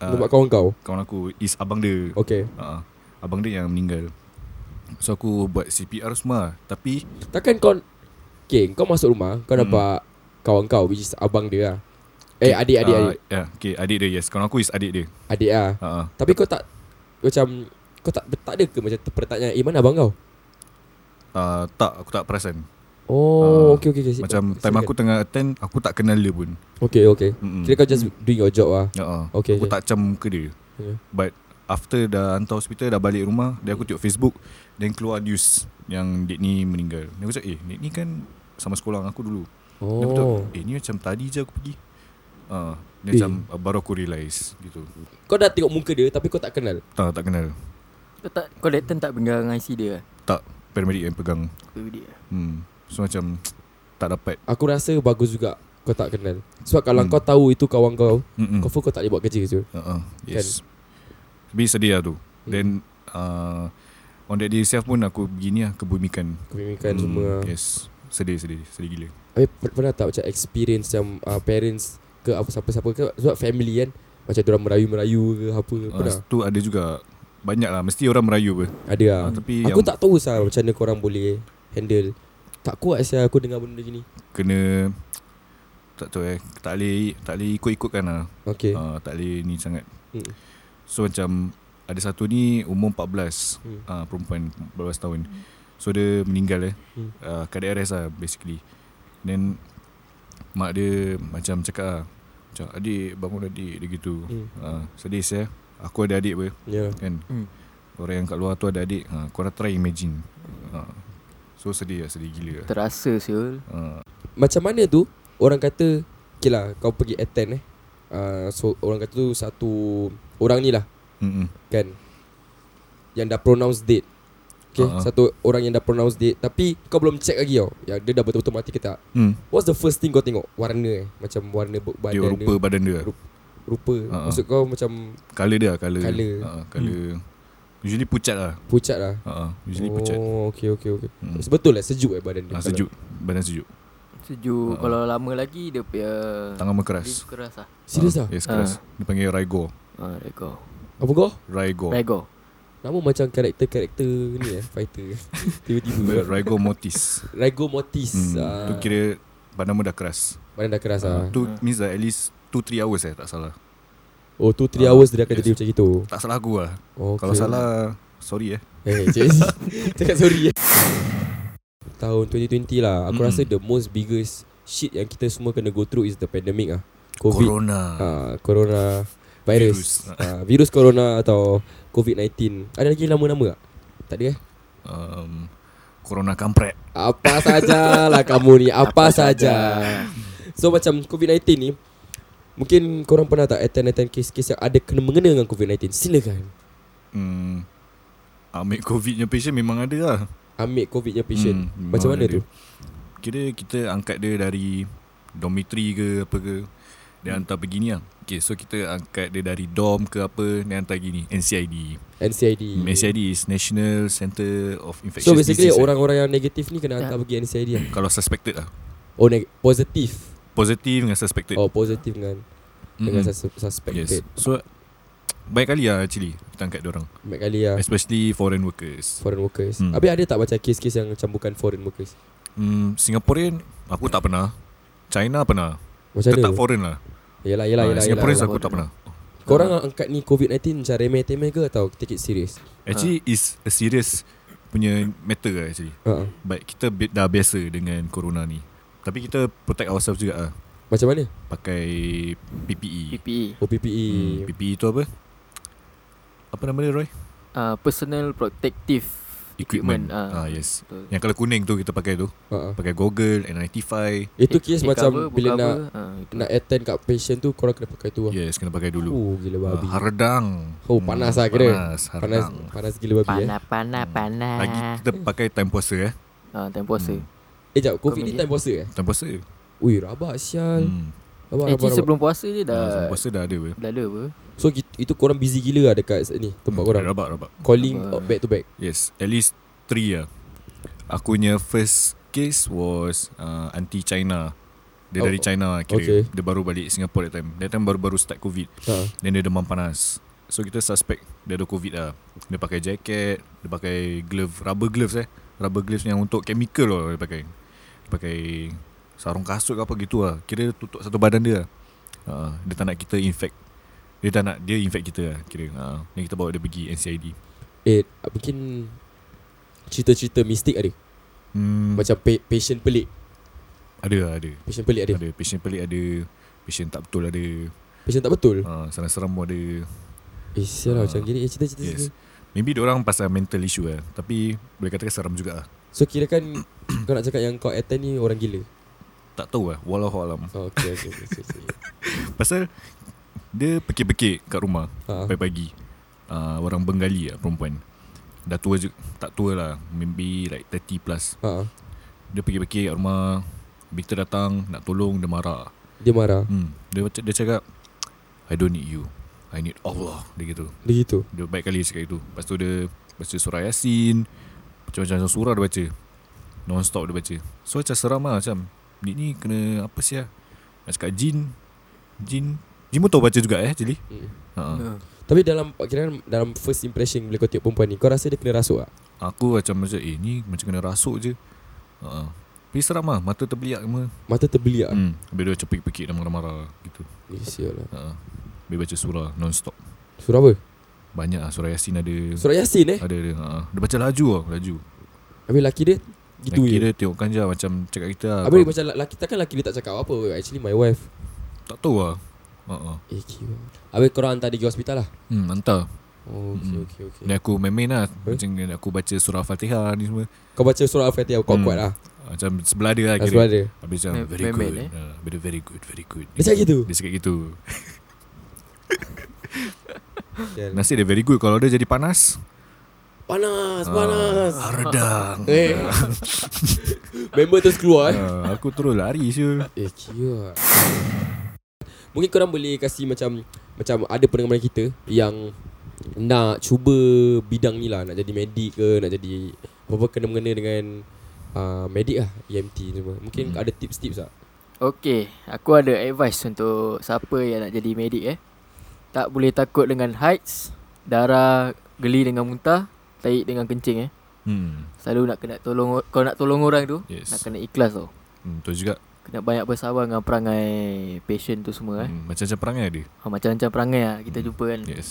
Speaker 4: Ah,
Speaker 2: nampak kawan kau
Speaker 4: Kawan aku is abang dia
Speaker 2: okay
Speaker 4: uh, Abang dia yang meninggal So aku buat CPR semua lah. Tapi Hmm.
Speaker 2: takkan kau okay kau masuk rumah kau nampak kawan kau which is abang dia lah Eh adik adik
Speaker 4: Ah,
Speaker 2: adik
Speaker 4: yeah, okay, adik dia yes. Kalau aku is adik dia.
Speaker 2: Adik ah
Speaker 4: Ha ah.
Speaker 2: Tapi kau tak Macam Kau tak tak ada ke macam Pertanyaan Eh mana abang kau
Speaker 4: Ah, tak aku tak perasan.
Speaker 2: Oh
Speaker 4: Ah,
Speaker 2: okay okay, okay. Sip-
Speaker 4: Macam
Speaker 2: silakan.
Speaker 4: time aku tengah attend aku tak kenal dia pun.
Speaker 2: Okay okay
Speaker 4: Mm-mm.
Speaker 2: Kira kau just doing your job lah
Speaker 4: Ha ah.
Speaker 2: Okay,
Speaker 4: Aku
Speaker 2: okay.
Speaker 4: tak cam muka dia.
Speaker 2: Yeah.
Speaker 4: But after dah hantar hospital dah balik rumah, dia aku tengok Facebook then keluar news yang Dek ni meninggal. Dia aku cakap, "Eh, Dek ni kan sama sekolah dengan aku dulu." Dia betul.
Speaker 2: Oh
Speaker 4: Eh, ni macam tadi je aku pergi. Ah, dia
Speaker 2: Eh.
Speaker 4: macam ah, baru aku realise gitu.
Speaker 2: Kau dah tengok muka dia Tapi kau tak kenal
Speaker 4: Tak tak kenal.
Speaker 3: Kau tak Kau that time tak pegang IC dia
Speaker 4: Tak paramedic yang pegang.
Speaker 3: Aku dia
Speaker 4: Hmm. So macam tak dapat.
Speaker 2: Aku rasa bagus juga Kau tak kenal Sebab kalau
Speaker 4: Hmm.
Speaker 2: kau tahu Itu kawan kau
Speaker 4: Mm-mm.
Speaker 2: Confirm kau Kan? tak boleh buat kerja tu
Speaker 4: Uh-uh, yes. Tapi sedih lah tu.
Speaker 2: Hmm.
Speaker 4: Then uh, on that day itself pun aku pergi ni lah kebumikan.
Speaker 2: Kepemikan hmm, semua
Speaker 4: Yes. Sedih, sedih. Sedih gila.
Speaker 2: Habis per- pernah tak macam experience Macam uh, parents Ke apa siapa-siapa ke Sebab family kan Macam diorang merayu-merayu ke Apa ke
Speaker 4: Uh,
Speaker 2: Pernah
Speaker 4: tu ada juga. Banyak lah. Mesti orang Melayu pun.
Speaker 2: Ada lah
Speaker 4: Ah, tapi
Speaker 2: Aku
Speaker 4: yang-
Speaker 2: tak tahu sah Macam mana korang boleh Handle Tak kuat saya aku dengar benda gini
Speaker 4: Kena... Tak tahu eh. Tak boleh, tak boleh ikut-ikutkan lah.
Speaker 2: Okay
Speaker 4: Uh, tak boleh ni sangat.
Speaker 2: Eh. Hmm.
Speaker 4: So macam ada satu ni umur 14
Speaker 2: Hmm.
Speaker 4: hmm. uh, perempuan 14 tahun. So dia meninggal eh.
Speaker 2: Hmm.
Speaker 4: Hmm. Uh, kat RS lah basically. Then mak dia macam cakap lah. Macam adik bangun adik dia gitu.
Speaker 2: Hmm.
Speaker 4: Hmm. Uh, sedih saya. Aku ada adik apa
Speaker 2: Ya yeah.
Speaker 4: kan.
Speaker 3: Hmm.
Speaker 4: Hmm. Orang yang kat luar tu ada adik. Ha, korang try imagine. Ha. So sedih lah, sedih gila lah.
Speaker 3: Terasa siul
Speaker 2: Hmm.
Speaker 4: Ha.
Speaker 2: Macam mana tu Orang kata Okay lah kau pergi attend eh uh, So orang kata tu Satu Orang ni lah
Speaker 4: Mm-mm.
Speaker 2: Kan Yang dah pronounce date Okay uh-huh.
Speaker 4: Ha, ha.
Speaker 2: Satu orang yang dah pronounce date Tapi kau belum check lagi tau Yang dia dah betul-betul mati ke tak
Speaker 4: Hmm.
Speaker 2: What's the first thing kau tengok? Warna eh Macam warna be- badan
Speaker 4: Dia rupa
Speaker 2: dia.
Speaker 4: badan dia.
Speaker 2: Rupa. Rupa uh-huh.
Speaker 4: Ha, ha.
Speaker 2: Maksud kau macam
Speaker 4: Color dia, color.
Speaker 2: Colour. Hmm.
Speaker 4: Ha, color. Usually pucat lah.
Speaker 2: Pucat lah
Speaker 4: Ha, usually
Speaker 2: oh,
Speaker 4: oh. pucat.
Speaker 2: okay okay okay
Speaker 4: Hmm.
Speaker 2: hmm. Betul lah sejuk eh badan dia
Speaker 4: Ah,
Speaker 2: kalau-
Speaker 4: sejuk. Badan sejuk.
Speaker 2: Hmm.
Speaker 3: Sejuk
Speaker 4: Ha.
Speaker 3: Kalau lama lagi Dia punya
Speaker 4: Tangan
Speaker 3: Dia
Speaker 4: berkeras.
Speaker 3: keras lah
Speaker 2: Serius lah
Speaker 4: Ah, Yes, keras. Dia panggil Raigo.
Speaker 3: Ah, Rego
Speaker 2: Apa kau?
Speaker 4: Raigo.
Speaker 3: Rego
Speaker 2: Nama macam karakter-karakter ni eh Fighter Tiba-tiba
Speaker 4: Raigo Motis.
Speaker 2: Rago Mortis
Speaker 4: Hmm.
Speaker 2: ah,
Speaker 4: Tu kira badan mu dah keras.
Speaker 2: Badan dah keras lah
Speaker 4: Ah, Tu means that at least 2-3 hours eh, tak salah.
Speaker 2: Oh tu 3
Speaker 4: Ah,
Speaker 2: hours dia akan
Speaker 4: yes.
Speaker 2: jadi macam gitu
Speaker 4: Tak salah aku lah.
Speaker 2: okay.
Speaker 4: Kalau salah, sorry eh.
Speaker 2: Eh, JC. Cakap sorry eh. Tahun 2020 lah. Aku
Speaker 4: Mm-mm.
Speaker 2: rasa the most biggest shit yang kita semua kena go through is the pandemic ah. COVID,
Speaker 4: Corona.
Speaker 2: corona, ah, corona virus. Virus. Ah, virus corona atau COVID-19. Ada lagi nama-nama tak? Tak ada eh?
Speaker 4: um, Corona kampret
Speaker 2: Apa sajalah kamu ni. Apa saja. So macam COVID-19 ni Mungkin korang pernah tak attend-attend kes-kes yang ada kena mengena dengan COVID-19? Silakan.
Speaker 4: hmm, Ambil covidnya patient memang ada lah
Speaker 2: Ambil COVID-nya patient.
Speaker 4: Hmm,
Speaker 2: Macam
Speaker 4: memang
Speaker 2: mana
Speaker 4: ada.
Speaker 2: tu?
Speaker 4: Kira kita angkat dia dari Dormitory ke apa ke
Speaker 2: Hmm.
Speaker 4: Dia hantar pergi ni lah Okay so kita angkat dia dari dorm ke apa Dia hantar gini NCID
Speaker 2: NCID.
Speaker 4: hmm, NCID is National Centre of Infectious
Speaker 2: So basically
Speaker 4: Disease eh.
Speaker 2: orang-orang yang negatif ni kena
Speaker 3: Tak.
Speaker 2: hantar pergi NCID lah.
Speaker 4: Kalau suspected lah
Speaker 2: Oh neg- positif.
Speaker 4: Positive dengan suspected
Speaker 2: Oh positif dengan mm-hmm. dengan
Speaker 4: Mm-mm.
Speaker 2: sus-
Speaker 4: Yes
Speaker 2: suspected. Yes.
Speaker 4: So Baik kali lah actually Kita angkat dia orang
Speaker 2: Banyak kali lah
Speaker 4: Especially foreign workers
Speaker 2: foreign workers.
Speaker 4: Hmm.
Speaker 2: Mm. Habis ada tak macam kes-kes yang macam bukan foreign workers?
Speaker 4: hmm, Singaporean Aku tak pernah China pernah
Speaker 2: Macam mana?
Speaker 4: Tetap foreign lah
Speaker 2: Yelah yelah
Speaker 4: Ah,
Speaker 2: yelah. yelah,
Speaker 4: Singaporeans
Speaker 2: yelah.
Speaker 4: aku tak pernah
Speaker 2: Korang angkat ni COVID-19 macam remeh-temeh ke atau take it serious?
Speaker 4: Actually
Speaker 2: Ah.
Speaker 4: is a serious punya matter lah actually
Speaker 2: Ha. Uh-huh.
Speaker 4: But kita bi- dah biasa dengan corona ni Tapi kita protect ourselves juga lah
Speaker 2: Macam mana?
Speaker 4: Pakai PPE
Speaker 3: PPE
Speaker 2: OPPE.
Speaker 4: hmm,
Speaker 2: Mm.
Speaker 4: PPE tu apa? Apa nama dia Roy?
Speaker 3: Ah, Personal Protective Equipment
Speaker 4: Ah,
Speaker 3: Ah,
Speaker 4: yes
Speaker 3: betul.
Speaker 2: Ya.
Speaker 4: Yang kalau kuning tu kita pakai tu
Speaker 2: Uh-huh.
Speaker 4: Pakai goggle N95
Speaker 2: Itu
Speaker 3: Eh,
Speaker 2: kes
Speaker 3: eh,
Speaker 2: macam
Speaker 3: cover,
Speaker 2: bila
Speaker 3: buka
Speaker 2: nak
Speaker 3: apa, ah, itu.
Speaker 2: nak attend kat patient tu korang kena pakai tu. Yeah.
Speaker 4: Yes kena pakai Ya, dulu
Speaker 2: Oh gila
Speaker 4: Ah,
Speaker 2: babi.
Speaker 4: Hardang
Speaker 2: Oh
Speaker 4: Hmm,
Speaker 2: panas lah kira.
Speaker 4: Panas
Speaker 2: panas,
Speaker 4: Hardang
Speaker 2: panas gila babi eh.
Speaker 3: Panas, panas, panas
Speaker 4: Lagi kita pakai time puasa eh
Speaker 3: Ah, Time puasa
Speaker 2: Eh jap, COVID ni
Speaker 3: Comedian.
Speaker 2: time puasa eh?
Speaker 4: Time puasa
Speaker 2: Ui rabak sial.
Speaker 4: hmm.
Speaker 2: Rabak, rabak,
Speaker 3: Actually
Speaker 2: rabak.
Speaker 3: Eh, sebelum puasa ni
Speaker 4: Ah,
Speaker 3: dah
Speaker 4: time puasa dah ada weh.
Speaker 3: Dah ada apa
Speaker 2: So gitu, itu korang busy gila lah dekat ni tempat korang.
Speaker 4: Hmm, Rabak rabak
Speaker 2: Calling
Speaker 3: Rabak.
Speaker 2: uh, back to back.
Speaker 4: Yes, at least three lah. Aku punya first case was uh, anti China.
Speaker 2: Oh,
Speaker 4: Dia oh, dari China lah kira.
Speaker 2: okay.
Speaker 4: Okay. Dia baru balik Singapore that time. That time baru-baru start COVID.
Speaker 2: Ha.
Speaker 4: Then dia demam panas. So kita suspect dia ada COVID lah. Dia pakai jaket, dia pakai glove, rubber gloves eh. Rubber gloves yang untuk chemical lah ah. dia pakai. Dia pakai sarung kasut ke apa gitu lah. Kira dia tutup satu badan dia lah. uh, Dia tak nak kita infect Dia tak nak Dia infect kita lah Kira uh, Then kita bawa dia pergi NCID
Speaker 2: Eh mungkin Cerita-cerita mistik ada
Speaker 4: hmm,
Speaker 2: Macam pa- patient pelik
Speaker 4: Ada lah ada
Speaker 2: Patient pelik ada
Speaker 4: Ada Patient pelik ada Patient tak betul ada
Speaker 2: Patient tak betul
Speaker 4: uh, Sarang seram pun ada
Speaker 2: Eh sial lah
Speaker 4: Ah.
Speaker 2: macam gini eh, Cerita-cerita
Speaker 4: Yes
Speaker 2: yes.
Speaker 4: Maybe orang pasal mental issue lah Tapi Boleh katakan seram juga lah
Speaker 2: So kira kan Kau nak cakap yang kau attend ni Orang gila
Speaker 4: Tak tahu lah Walau alam
Speaker 2: oh, Okay okay, okay, okay, okay.
Speaker 4: Pasal Dia pekik-pekik kat rumah
Speaker 2: Ha.
Speaker 4: Pagi-pagi uh, Orang Bengali lah perempuan Dah tua juga Tak tua lah Maybe like 30 plus
Speaker 2: Ha.
Speaker 4: Dia pergi-pergi kat rumah Victor datang Nak tolong Dia marah
Speaker 2: Dia marah
Speaker 4: hmm. dia, macam- dia cakap I don't need you I need Allah Dia gitu
Speaker 2: Dia gitu
Speaker 4: Dia baik kali dia cakap itu Lepas tu dia Baca surah Yasin Macam-macam surah dia baca Non-stop dia baca So macam seram lah Macam Ni ni kena Apa sih lah Nak cakap jin Jin Jin pun tahu baca juga eh Jeli
Speaker 2: Hmm.
Speaker 4: Ha.
Speaker 3: Ha.
Speaker 2: Tapi dalam kira dalam first impression bila kau tengok perempuan ni kau rasa dia kena rasuk tak?
Speaker 4: Aku macam macam Eh ni macam kena rasuk je Ha. Tapi seram lah Mata terbeliak semua
Speaker 2: Mata terbeliak. Hmm.
Speaker 4: hmm. Habis dia macam pekik-pekik Dan marah-marah Gitu
Speaker 2: Eh, sial lah.
Speaker 4: Ha. Habis baca surah non-stop
Speaker 2: Surah apa?
Speaker 4: Banyak lah Surah Yasin ada
Speaker 2: Surah Yasin eh.
Speaker 4: Ada ada ha. Dia baca laju lah Laju
Speaker 2: Habis laki dia gitu
Speaker 4: Laki
Speaker 2: je.
Speaker 4: dia tengokkan je lah, Macam cakap kita lah
Speaker 2: Habis macam la- laki takkan laki dia tak cakap apa Actually my wife
Speaker 4: Tak tahu lah uh-uh.
Speaker 2: Eh kira Habis korang hantar dia pergi hospital lah
Speaker 4: Hmm hantar
Speaker 2: Oh okay
Speaker 4: Mm-mm.
Speaker 2: okay okay
Speaker 4: Dan aku main-main lah
Speaker 2: Eh?
Speaker 4: Macam aku baca surah Fatihah ni semua
Speaker 2: Kau baca surah Al-Fatihah kau
Speaker 4: Hmm.
Speaker 2: kuat lah
Speaker 4: Macam sebelah dia lah
Speaker 2: That's
Speaker 4: kira
Speaker 2: what Ah, dia
Speaker 4: Habis macam
Speaker 3: Main-
Speaker 4: very
Speaker 3: main-main,
Speaker 4: good
Speaker 3: eh?
Speaker 4: Ah, Habis dia very good very good
Speaker 2: Dia cakap gitu
Speaker 4: Dia cakap gitu
Speaker 2: Sial.
Speaker 4: Nasib dia very good Kalau dia jadi panas
Speaker 2: Panas
Speaker 4: ah,
Speaker 2: panas
Speaker 4: ah, Redang
Speaker 2: Eh Member terus keluar eh
Speaker 4: Ah, Aku terus lari sure
Speaker 2: Eh kira Mungkin korang boleh kasih macam Macam ada pendengar kita Yang Nak cuba Bidang ni lah Nak jadi medik ke Nak jadi Apa-apa kena-mengena dengan uh, Medik lah EMT semua Mungkin
Speaker 4: Hmm.
Speaker 2: ada tips-tips tak
Speaker 3: Okey, aku ada advice untuk siapa yang nak jadi medik eh. Tak boleh takut dengan heights, darah geli dengan muntah, tahi dengan kencing eh.
Speaker 4: hmm.
Speaker 3: Selalu nak kena tolong kau nak tolong orang tu, yes.
Speaker 4: Yes.
Speaker 3: nak kena ikhlas tau.
Speaker 4: hmm Betul juga
Speaker 3: Kena banyak bersabar dengan perangai patient tu semua eh.
Speaker 4: hmm, Macam-macam perangai dia
Speaker 3: Ha, macam-macam perangai lah kita jumpa kan.
Speaker 4: Yes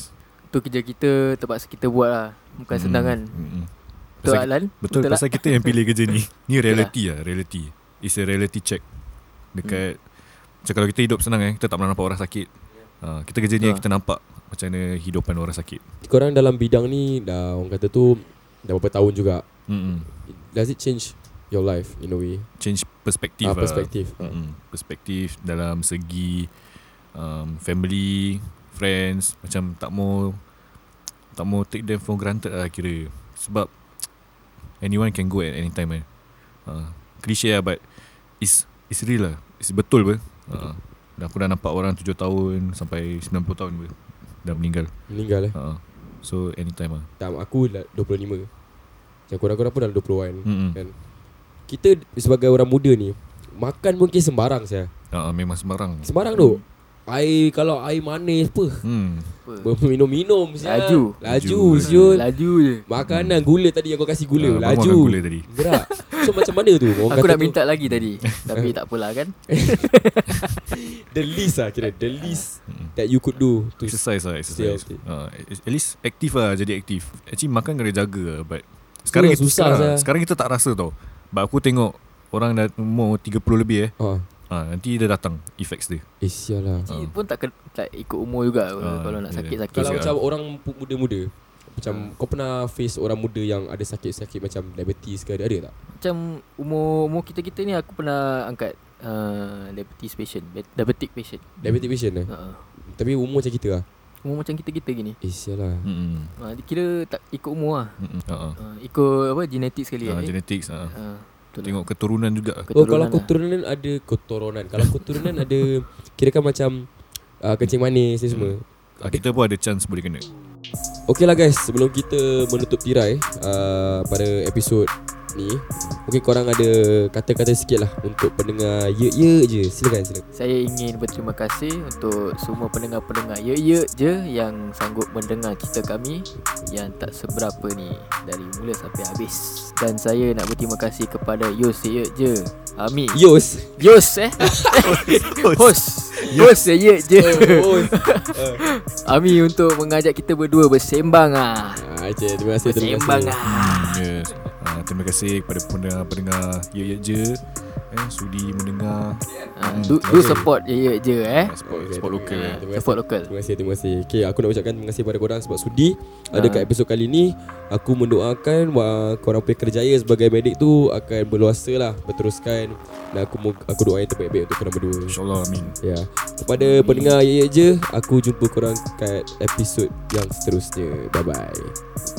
Speaker 3: Tu kerja kita terpaksa kita buat lah. Bukan
Speaker 4: Hmm,
Speaker 3: senang kan.
Speaker 4: hmm, hmm.
Speaker 3: Betul
Speaker 4: Pasal-
Speaker 3: Alan?
Speaker 4: Betul, lah. Betul
Speaker 3: tak?
Speaker 4: pasal kita yang pilih kerja ni Ni reality lah Reality It's a reality check Dekat hmm. Macam kalau kita hidup senang eh Kita tak pernah nampak orang sakit ha, Kita kerja ni
Speaker 3: Betul.
Speaker 4: kita nampak Macam mana hidupan orang sakit
Speaker 2: Korang dalam bidang ni Dah orang kata tu Dah berapa tahun juga
Speaker 4: Mm-mm.
Speaker 2: Does it change Your life in a way
Speaker 4: Change perspektif
Speaker 2: Ah,
Speaker 4: lah
Speaker 2: Perspektif Ah.
Speaker 4: Mm-mm. Perspektif dalam segi um, Family Friends Macam tak mau Tak mau take them for granted lah kira Sebab Anyone can go at any time kan uh, Cliche lah but It's, it's real lah It's betul ber uh, Dan aku dah nampak orang 7 tahun Sampai 90 tahun ber Dah meninggal
Speaker 2: Meninggal eh
Speaker 4: uh, So anytime lah
Speaker 2: Dalam aku dah 25 Macam korang-korang pun dah 20-an
Speaker 4: Mm-mm.
Speaker 2: Kan Kita sebagai orang muda ni Makan mungkin sembarang saya
Speaker 4: uh, Memang sembarang
Speaker 2: Sembarang tu
Speaker 3: Hmm.
Speaker 2: Air kalau air manis apa
Speaker 4: Hmm
Speaker 3: Apa?
Speaker 2: Minum-minum sial.
Speaker 3: Laju.
Speaker 2: Laju
Speaker 4: Laju.
Speaker 2: siul
Speaker 3: Laju je.
Speaker 2: Makanan gula tadi yang kau kasih gula
Speaker 4: Ah,
Speaker 2: Laju
Speaker 4: baru makan gula tadi.
Speaker 2: Gerak So macam mana tu Orang
Speaker 3: Aku
Speaker 2: kata
Speaker 3: nak
Speaker 2: tu,
Speaker 3: minta lagi tadi. Tapi tak apalah kan.
Speaker 2: The least lah kira The least
Speaker 3: Hmm.
Speaker 2: That you could do to
Speaker 4: Exercise lah
Speaker 2: stay
Speaker 4: Exercise
Speaker 2: healthy.
Speaker 4: uh, At least aktif lah Jadi aktif Actually makan kena jaga lah But Sekarang kita,
Speaker 2: susah
Speaker 4: sekarang,
Speaker 2: saya.
Speaker 4: sekarang kita tak rasa tau But aku tengok Orang dah umur 30 lebih eh
Speaker 2: Ah,
Speaker 4: ha, Nanti dia datang Effects dia
Speaker 2: Eh sial lah
Speaker 3: Cik pun tak, ke- tak ikut umur juga
Speaker 4: Ah,
Speaker 3: kalau nak
Speaker 4: ya.
Speaker 3: sakit-sakit.
Speaker 2: Kalau
Speaker 4: Sikit
Speaker 2: macam orang pu- muda-muda Macam
Speaker 3: Hmm.
Speaker 2: kau pernah face orang muda yang ada sakit-sakit Macam diabetes ke ada, ada
Speaker 3: Hmm.
Speaker 2: tak?
Speaker 3: macam umur umur kita-kita ni aku pernah angkat uh, diabetes patient, be- diabetic patient.
Speaker 2: Diabetic patient eh?
Speaker 3: Uh,
Speaker 2: Tapi umur macam kita lah
Speaker 3: umur macam kita-kita gini.
Speaker 2: Eh sial lah
Speaker 4: Mm-mm.
Speaker 3: Uh, dia kira tak ikut umur lah.
Speaker 4: Mm-mm. Ha, ha.
Speaker 3: Uh, ikut apa genetik sekali
Speaker 4: Ha,
Speaker 3: kan. Eh?
Speaker 4: Genetics ha.
Speaker 3: Uh, betul.
Speaker 4: Tengok keturunan juga
Speaker 2: Oh kalau
Speaker 3: lah.
Speaker 2: keturunan ada keturunan Kalau keturunan ada Kirakan macam uh, Kencing manis ni semua
Speaker 4: ha, Kita pun ada chance boleh kena
Speaker 2: Okay lah guys Sebelum kita menutup tirai uh, Pada episod ni Mungkin korang ada Kata-kata sikit lah Untuk pendengar Ye ye je Silakan silakan
Speaker 3: Saya ingin berterima kasih untuk semua pendengar-pendengar Ye Ye je yang sanggup mendengar cerita kami yang tak seberapa ni dari mula sampai habis. Dan saya nak berterima kasih kepada Yos Ye Ye je, Ami,
Speaker 2: Yos
Speaker 3: Yos eh, host, Oh saya je
Speaker 2: Oh,
Speaker 3: Ami untuk mengajak kita berdua bersembang ah.
Speaker 2: ah, Cik, terima kasih terima
Speaker 3: Bersembang
Speaker 2: kasih.
Speaker 3: ah.
Speaker 4: Yes. Uh, terima kasih kepada pendengar-pendengar Ya Ya Je eh, Sudi mendengar
Speaker 3: Ah, Do, do support je je, je eh.
Speaker 4: Sport,
Speaker 2: Okay,
Speaker 4: sport lokal eh.
Speaker 2: Terima kasih.
Speaker 3: Support lokal.
Speaker 2: Terima kasih, terima kasih. Okay, aku nak ucapkan terima kasih kepada korang sebab sudi ada kat episod kali ni. Aku mendoakan uh, korang punya kerjaya sebagai medik tu akan berluasa lah, berteruskan. Dan aku mo- aku doa yang terbaik-baik untuk korang berdua.
Speaker 4: InsyaAllah amin
Speaker 2: Ya. Kepada ya, pendengar Yaya Je, aku jumpa korang kat episod yang seterusnya. Bye-bye.